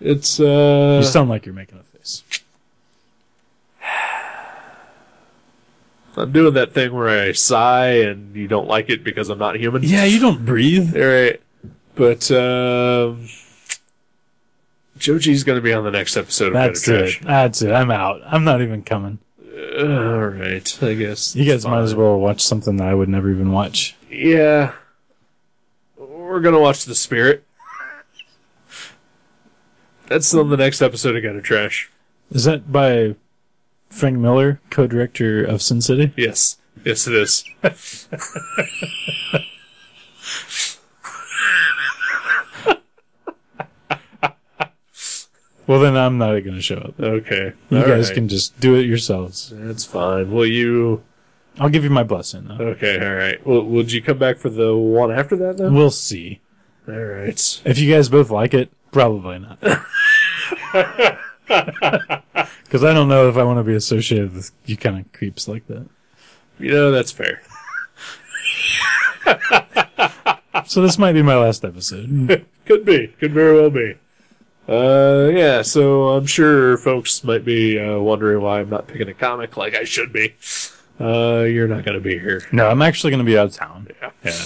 S1: It's, uh.
S2: You sound like you're making a face.
S1: I'm doing that thing where I sigh and you don't like it because I'm not human.
S2: Yeah, you don't breathe.
S1: All right. But um Joji's going to be on the next episode of
S2: That's
S1: Better
S2: it.
S1: Trash.
S2: That's it. I'm out. I'm not even coming.
S1: All right. I guess.
S2: You guys might as well watch something that I would never even watch.
S1: Yeah. We're going to watch The Spirit. That's on the next episode of Gutter Trash.
S2: Is that by Frank Miller, co-director of Sin City?
S1: Yes. Yes, it is.
S2: Well, then I'm not going to show up.
S1: Okay.
S2: You
S1: All
S2: guys
S1: right.
S2: can just do it yourselves.
S1: That's fine. Will you.
S2: I'll give you my blessing. Though.
S1: Okay, all right. Well, would you come back for the one after that, though?
S2: We'll see.
S1: All right.
S2: If you guys both like it,
S1: [LAUGHS]
S2: probably not. Because I don't know if I want to be associated with you kind of creeps like that.
S1: You know, that's fair.
S2: So this might be my last episode.
S1: [LAUGHS] Could be. Could very well be. Uh, yeah, so I'm sure folks might be uh, wondering why I'm not picking a comic like I should be. Uh, you're not going to be here.
S2: No, I'm actually going to be out of town.
S1: Yeah.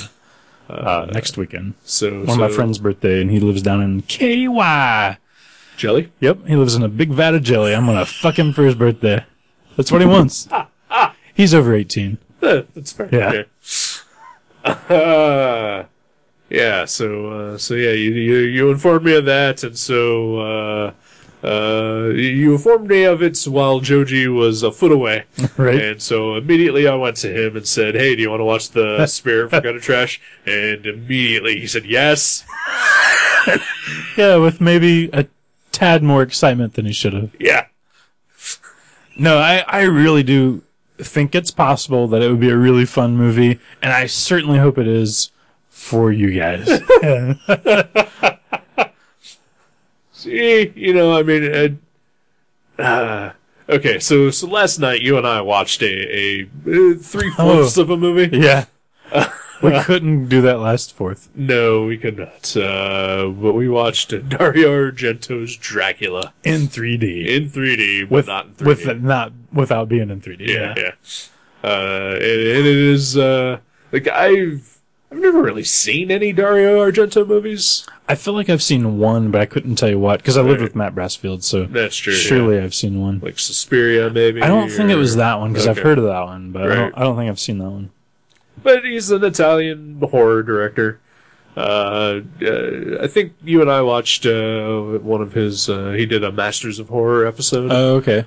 S2: Uh, next weekend.
S1: So,
S2: One
S1: so,
S2: of my friend's birthday, and he lives down in KY.
S1: Jelly?
S2: Yep, he lives in a big vat of jelly. I'm gonna fuck him for his birthday. That's what he wants. He's over 18.
S1: Uh, that's fair.
S2: Yeah.
S1: Okay. [LAUGHS] Uh, yeah, so, uh, so yeah, you, you, you informed me of that, and so, uh, uh, you informed me of it while Joji was a foot away.
S2: [LAUGHS] Right?
S1: And so immediately I went to him and said, "Hey, do you want to watch
S2: [LAUGHS]
S1: the Spirit for Gutter Trash?" And immediately he said, "Yes, [LAUGHS]
S2: Yeah, with maybe a tad more excitement than he should have.
S1: yeah,
S2: No, I, I really do think it's possible that it would be a really fun movie, and I certainly hope it is for you guys. [LAUGHS]
S1: see, you know, I mean, uh, uh, okay." So, so last night you and I watched a, a uh, three fourths
S2: Oh.
S1: of a movie.
S2: yeah. [LAUGHS] We couldn't do that last fourth.
S1: No, we could not. Uh, but we watched Dario Argento's Dracula
S2: In 3D.
S1: in 3D, but
S2: with
S1: not in 3D.
S2: with it not without being in 3D.
S1: yeah, yeah. Uh, and, and it is uh, like I've I've never really seen any Dario Argento movies.
S2: I feel like I've seen one, but I couldn't tell you what because I lived with Matt Brassfield, so
S1: That's true. yeah.
S2: surely I've seen one.
S1: Like Suspiria, maybe.
S2: I don't think it was
S1: or-
S2: that one because I've
S1: Okay.
S2: heard of that one, but I,
S1: Right.
S2: don't, I don't think I've seen that one.
S1: But he's an Italian horror director. Uh, uh, I think you and I watched uh, one of his. Uh, he did a Masters of Horror episode. Uh,
S2: Oh, okay.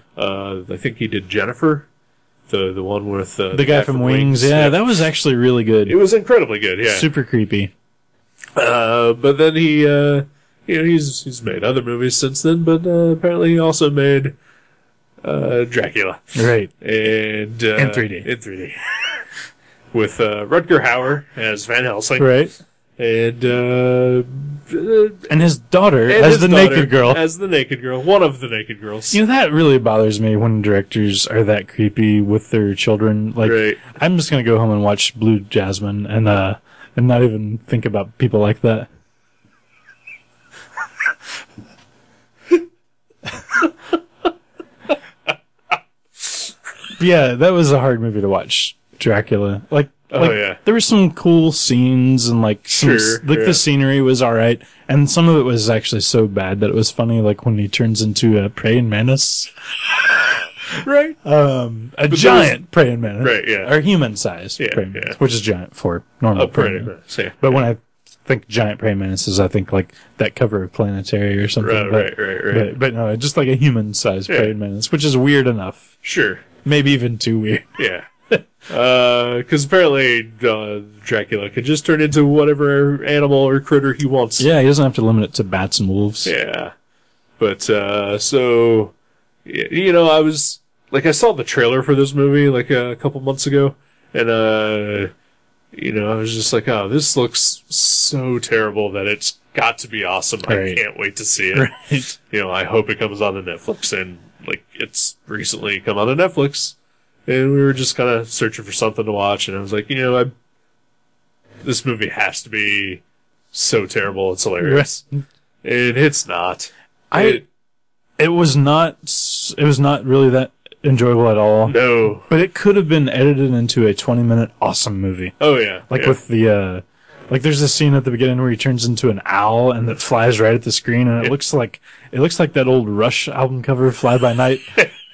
S1: I think he did Jennifer, the the one with uh,
S2: The guy from Wings, yeah, that was actually really good.
S1: it was incredibly good. Yeah.
S2: Super creepy.
S1: Uh, but then he, uh, you know, he's he's made other movies since then. But uh, apparently, he also made uh, Dracula
S2: Right.
S1: and uh,
S2: In 3D.
S1: in 3D [LAUGHS] with uh, Rutger Hauer as Van Helsing,
S2: Right.
S1: and uh, and
S2: And his daughter as
S1: his
S2: the
S1: daughter
S2: naked girl.
S1: as the naked girl, one of the naked girls.
S2: you know that really bothers me when directors are that creepy with their children. Like,
S1: Right.
S2: I'm just gonna go home and watch Blue Jasmine and uh and not even think about people like that. [LAUGHS] yeah, that was a hard movie to watch. Dracula, like,
S1: Oh,
S2: like
S1: yeah.
S2: there were some cool scenes and like, some,
S1: Sure,
S2: like
S1: yeah.
S2: the scenery was all right, and some of it was actually so bad that it was funny. Like when he turns into a praying mantis,
S1: [LAUGHS] right?
S2: um, a
S1: was-
S2: giant praying mantis,
S1: Right, yeah.
S2: or human sized
S1: Yeah,
S2: praying
S1: yeah.
S2: mantis, which is giant for normal
S1: Oh,
S2: praying
S1: pretty.
S2: mantis.
S1: So, yeah.
S2: But when I think giant praying mantises, I think like that cover of Planetary or something.
S1: Right, right,
S2: but,
S1: right, right.
S2: But, but no, just like a human sized
S1: Yeah.
S2: praying mantis, which is weird enough,
S1: Sure.
S2: maybe even too weird.
S1: [LAUGHS] Yeah. Because apparently uh, Dracula can just turn into whatever animal or critter he wants.
S2: Yeah, [LAUGHS] he doesn't have to limit it to bats and wolves. [LAUGHS]
S1: Yeah. But uh so y- you know, I was like I saw the trailer for this movie like a couple months ago and uh you know, I was just like, oh, this looks so terrible that it's got to be awesome. I
S2: Right.
S1: can't wait to see it.
S2: Right.
S1: [LAUGHS] You know, I hope it comes on to Netflix and like it's recently come on to Netflix and we were just kind of searching for something to watch and I was like, you know, I this movie has to be so terrible it's hilarious. And it's not.
S2: I-
S1: It-
S2: It was not. s- It was not really that enjoyable at all.
S1: no.
S2: But it could have been edited into a twenty-minute awesome movie.
S1: Oh yeah.
S2: Like
S1: yeah.
S2: with the uh like there's this scene at the beginning where he turns into an owl and it flies right at the screen and it looks like it looks like that old Rush album cover Fly
S1: [LAUGHS]
S2: by Night.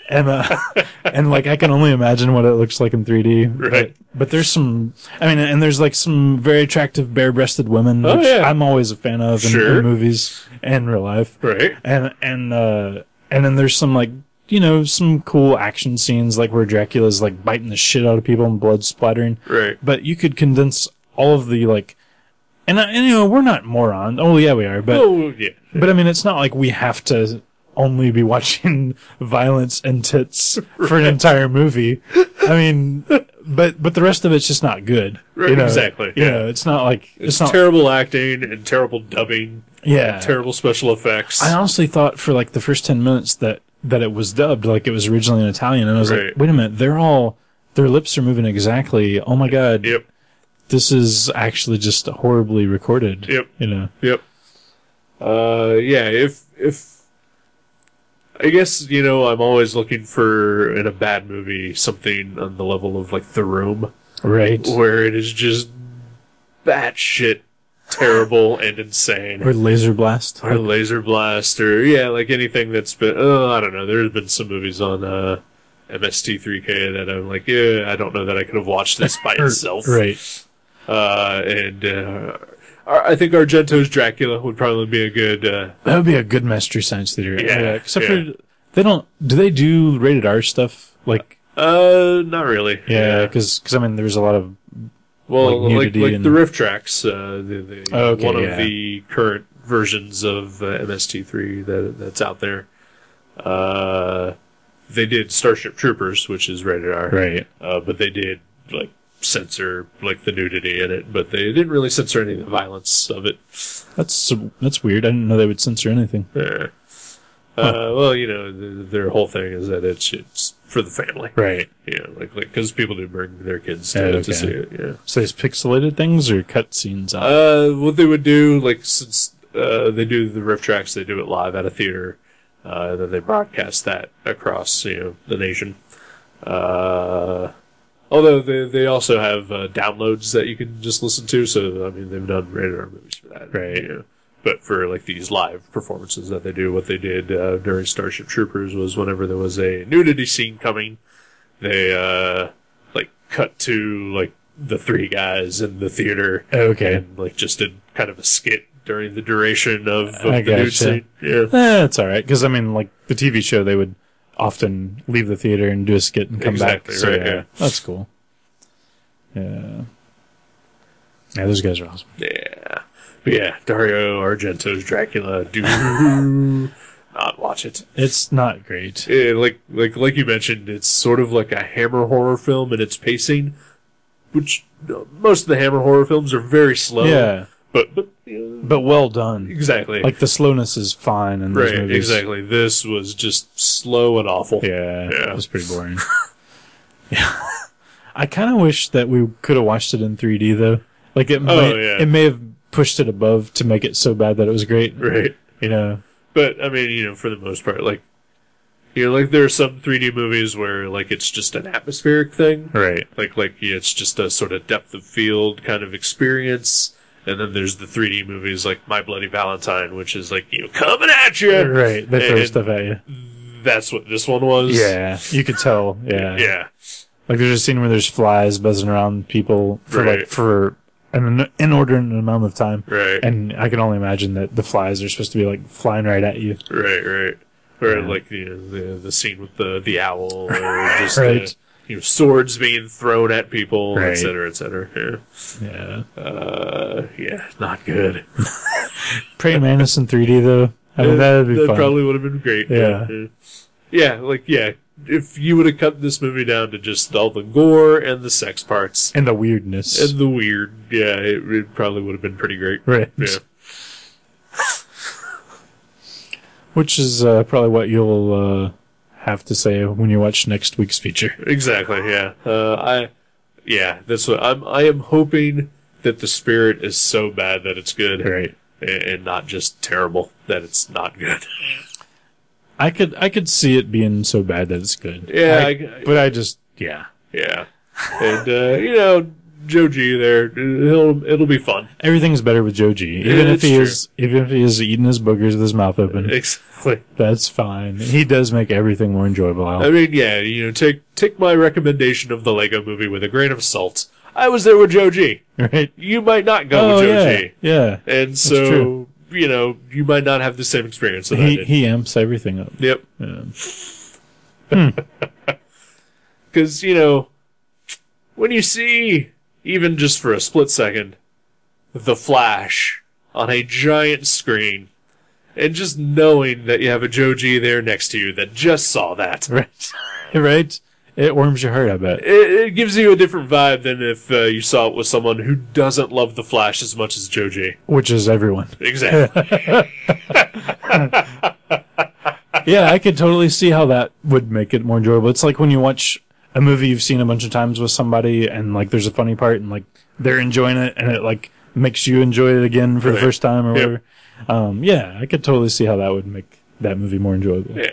S2: and uh, and like I can only imagine what it looks like in 3D. but-
S1: Right.
S2: But, there's some I mean and there's like some very attractive bare-breasted women
S1: Oh,
S2: which
S1: yeah.
S2: I'm always a fan of in,
S1: Sure.
S2: in movies and in real life.
S1: right.
S2: And and uh and then there's some like you know some cool action scenes like where Dracula's like biting the shit out of people and blood splattering
S1: Right.
S2: but you could condense all of the like and, I- and you know we're not moron oh yeah we are but
S1: Oh yeah.
S2: but i mean it's not like we have to only be watching [LAUGHS] violence and
S1: [LAUGHS]
S2: tits for an entire movie i mean but but the rest of it's just not good
S1: Right, exactly,
S2: you
S1: yeah.
S2: know, it's not like it's,
S1: It's
S2: not
S1: terrible acting and terrible dubbing.
S2: yeah
S1: and terrible special effects.
S2: i honestly thought for like the first 10 minutes that that it was dubbed like it was originally in italian and i was
S1: Right.
S2: like wait a minute they're all their lips are moving exactly oh my god
S1: yep.
S2: this is actually just horribly recorded
S1: Yep.
S2: you know
S1: Yep. Uh, yeah. If if I guess you know, I'm always looking for in a bad movie something on the level of like The Room,
S2: Right.
S1: where it is just batshit terrible and insane.
S2: Or Laser Blast.
S1: or laser blast or yeah like anything that's been oh i don't know there's been some movies on uh mst3k that i'm like yeah i don't know that i could have watched this by itself
S2: [LAUGHS] Right.
S1: uh and uh Ar- i think argento's dracula would probably be a good uh
S2: That would be a good Master Science Theater.
S1: Yeah,
S2: except
S1: yeah.
S2: for they don't. Do they do rated R stuff? Like
S1: uh not really
S2: yeah, because I mean there was a lot of
S1: well
S2: like
S1: like like,
S2: nudity
S1: the
S2: and-
S1: riff tracks uh the, the,
S2: Oh, okay,
S1: one of
S2: yeah.
S1: the current versions of uh, mst3 that that's out there uh they did starship troopers which is rated r
S2: right.
S1: uh, but they did like censor like the nudity in it, but they didn't really censor any of the violence of it.
S2: That's that's weird. I didn't know they would censor anything.
S1: Uh, uh, well, you know, th their whole thing is that it's it's for the family,
S2: Right.
S1: Yeah, like like because people do bring their kids to,
S2: Yeah,
S1: to
S2: okay.
S1: see it. Yeah.
S2: So there's pixelated things or cutscenes. out.
S1: Uh, what they would do, like since uh, they do the riff tracks, they do it live at a theater, uh, and then they broadcast that across you know the nation. Uh, although they they also have uh, downloads that you can just listen to, so I mean they've done rated R movies for that,
S2: Right.
S1: you know. But for like these live performances that they do, what they did uh, during Starship Troopers was whenever there was a nudity scene coming, they uh, like cut to like the three guys in the
S2: Oh,
S1: theater
S2: okay.
S1: and like just did kind of a skit during the duration of, of
S2: I
S1: the nude
S2: gotcha.
S1: scene. Yeah,
S2: That's all right. Because I mean, like the TV show, they would often leave the theater and do a skit and come
S1: Exactly,
S2: back. So,
S1: right,
S2: yeah,
S1: yeah.
S2: That's cool. Yeah. Yeah, those guys are awesome.
S1: yeah, but yeah. Dario Argento's Dracula. Do [LAUGHS] not watch it.
S2: It's not great.
S1: Yeah, like like like you mentioned, it's sort of like a Hammer horror film in its pacing, which uh, most of the Hammer horror films are very slow.
S2: yeah,
S1: but but you know,
S2: but well done.
S1: exactly
S2: Like the slowness is fine in those
S1: right
S2: movies.
S1: exactly. This was just slow and awful.
S2: Yeah,
S1: Yeah.
S2: it was pretty
S1: [LAUGHS]
S2: boring. yeah, [LAUGHS] I kind of wish that we could have watched it in 3D though. Like it, might,
S1: Oh, yeah.
S2: it may have pushed it above to make it so bad that it was great.
S1: Right.
S2: You know.
S1: But I mean, you know, for the most part, like you know, like there are some 3D movies where like it's just an atmospheric thing,
S2: Right.
S1: like like yeah, it's just a sort of depth of field kind of experience. And then there's the 3D movies like My Bloody Valentine, which is like you know coming at you.
S2: Right. They throw
S1: [LAUGHS] And-
S2: stuff at you.
S1: That's what this one was.
S2: Yeah, you could tell. Yeah.
S1: yeah,
S2: Like there's a scene where there's flies buzzing around people for
S1: Right.
S2: like for an inordinate amount of time.
S1: right,
S2: And I can only imagine that the flies are supposed to be like flying right at you.
S1: right, right. Or
S2: Yeah. [LAUGHS]
S1: like you know, the the scene with the the owl, or just
S2: Right.
S1: the, you know, swords being thrown at people,
S2: Right.
S1: etc., etc.
S2: Yeah.
S1: Yeah. Uh, yeah, not good.
S2: Praying Mantis in 3D though. I mean,
S1: Uh,
S2: that'd be
S1: that
S2: fun.
S1: probably would have been great.
S2: Yeah.
S1: Uh, yeah, like yeah. If you would have cut this movie down to just all the gore and the sex parts
S2: and the weirdness.
S1: and the weird, yeah, it, it probably would have been pretty great.
S2: right.
S1: Yeah.
S2: Which is uh, probably what you'll uh, have to say when you watch next week's feature.
S1: Exactly. Yeah. Uh, I. Yeah. That's what I'm. I am hoping that the spirit is so bad that it's good,
S2: Right.
S1: and, and not just terrible that it's not good. [LAUGHS]
S2: I could I could see it being so bad that it's good.
S1: Yeah.
S2: I-
S1: I-
S2: but I just yeah.
S1: yeah. And uh, you know, Joji there, he'll it'll be fun. [LAUGHS]
S2: Everything's better with Joji. Even
S1: it's
S2: if he
S1: true. Uh,
S2: is even if he is eating his boogers with his mouth open,
S1: Exactly.
S2: that's fine. He does make everything more enjoyable. Al.
S1: I mean, yeah. You know, take take my recommendation of the Lego Movie with a grain of salt. I was there with Joji.
S2: [LAUGHS] Right?
S1: You might not go
S2: Oh
S1: with
S2: yeah.
S1: Joji,
S2: Yeah.
S1: and so
S2: true.
S1: you know you might not have the same experience that I
S2: He
S1: did.
S2: he amps everything up.
S1: yep.
S2: Yeah. [LAUGHS]
S1: Because, you know, when you see, even just for a split second, the flash on a giant screen, and just knowing that you have a Joji there next to you that just saw that,
S2: Right. [LAUGHS] right? It warms your heart, I bet.
S1: it, it gives you a different vibe than if uh, you saw it with someone who doesn't love the flash as much as Joji.
S2: Which is everyone. [LAUGHS]
S1: Exactly.
S2: yeah, I could totally see how that would make it more enjoyable. It's like when you watch a movie you've seen a bunch of times with somebody and like there's a funny part and like they're enjoying it and it like makes you enjoy it again for the
S1: Right.
S2: first time or
S1: Yep.
S2: whatever. Um, yeah, I could totally see how that would make that movie more enjoyable.
S1: yeah.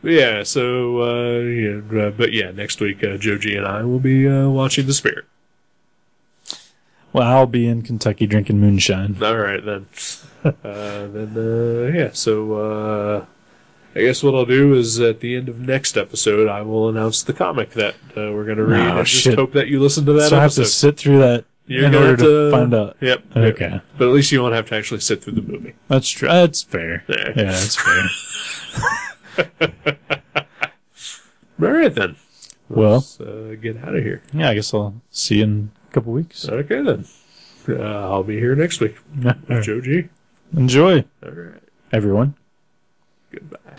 S1: Yeah, so, uh, yeah, uh, but yeah, next week, uh, Joji and I will be uh, watching The Spirit.
S2: Well, I'll be in Kentucky drinking moonshine.
S1: All right
S2: [LAUGHS]
S1: then. uh, then uh, yeah. So uh, I guess what I'll do is at the end of next episode, I will announce the comic that uh, we're gonna read. I just
S2: Oh, shit.
S1: hope that you listen to that
S2: so I have
S1: episode.
S2: to sit through that
S1: You're
S2: in
S1: gonna
S2: order
S1: have
S2: to find out.
S1: Yep. yep.
S2: Okay.
S1: But at least you won't have to actually sit through the movie.
S2: That's true. That's fair.
S1: Yeah.
S2: Yeah, that's
S1: [LAUGHS]
S2: fair.
S1: All right then.
S2: well,
S1: Let's uh, get out of here.
S2: yeah, I guess I'll see you in a couple [LAUGHS] weeks.
S1: Okay then. Uh, I'll be here next week with Joe G.
S2: Enjoy,
S1: All right.
S2: everyone.
S1: Goodbye.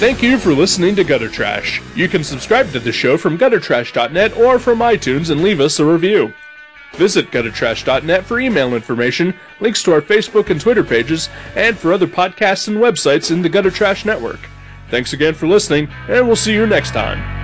S1: Thank you for listening to Gutter Trash. You can subscribe to the show from guttertrash.net or from iTunes and leave us a review. Visit guttertrash.net for email information, links to our Facebook and Twitter pages, and for other podcasts and websites in the Gutter Trash Network. Thanks again for listening, and we'll see you next time.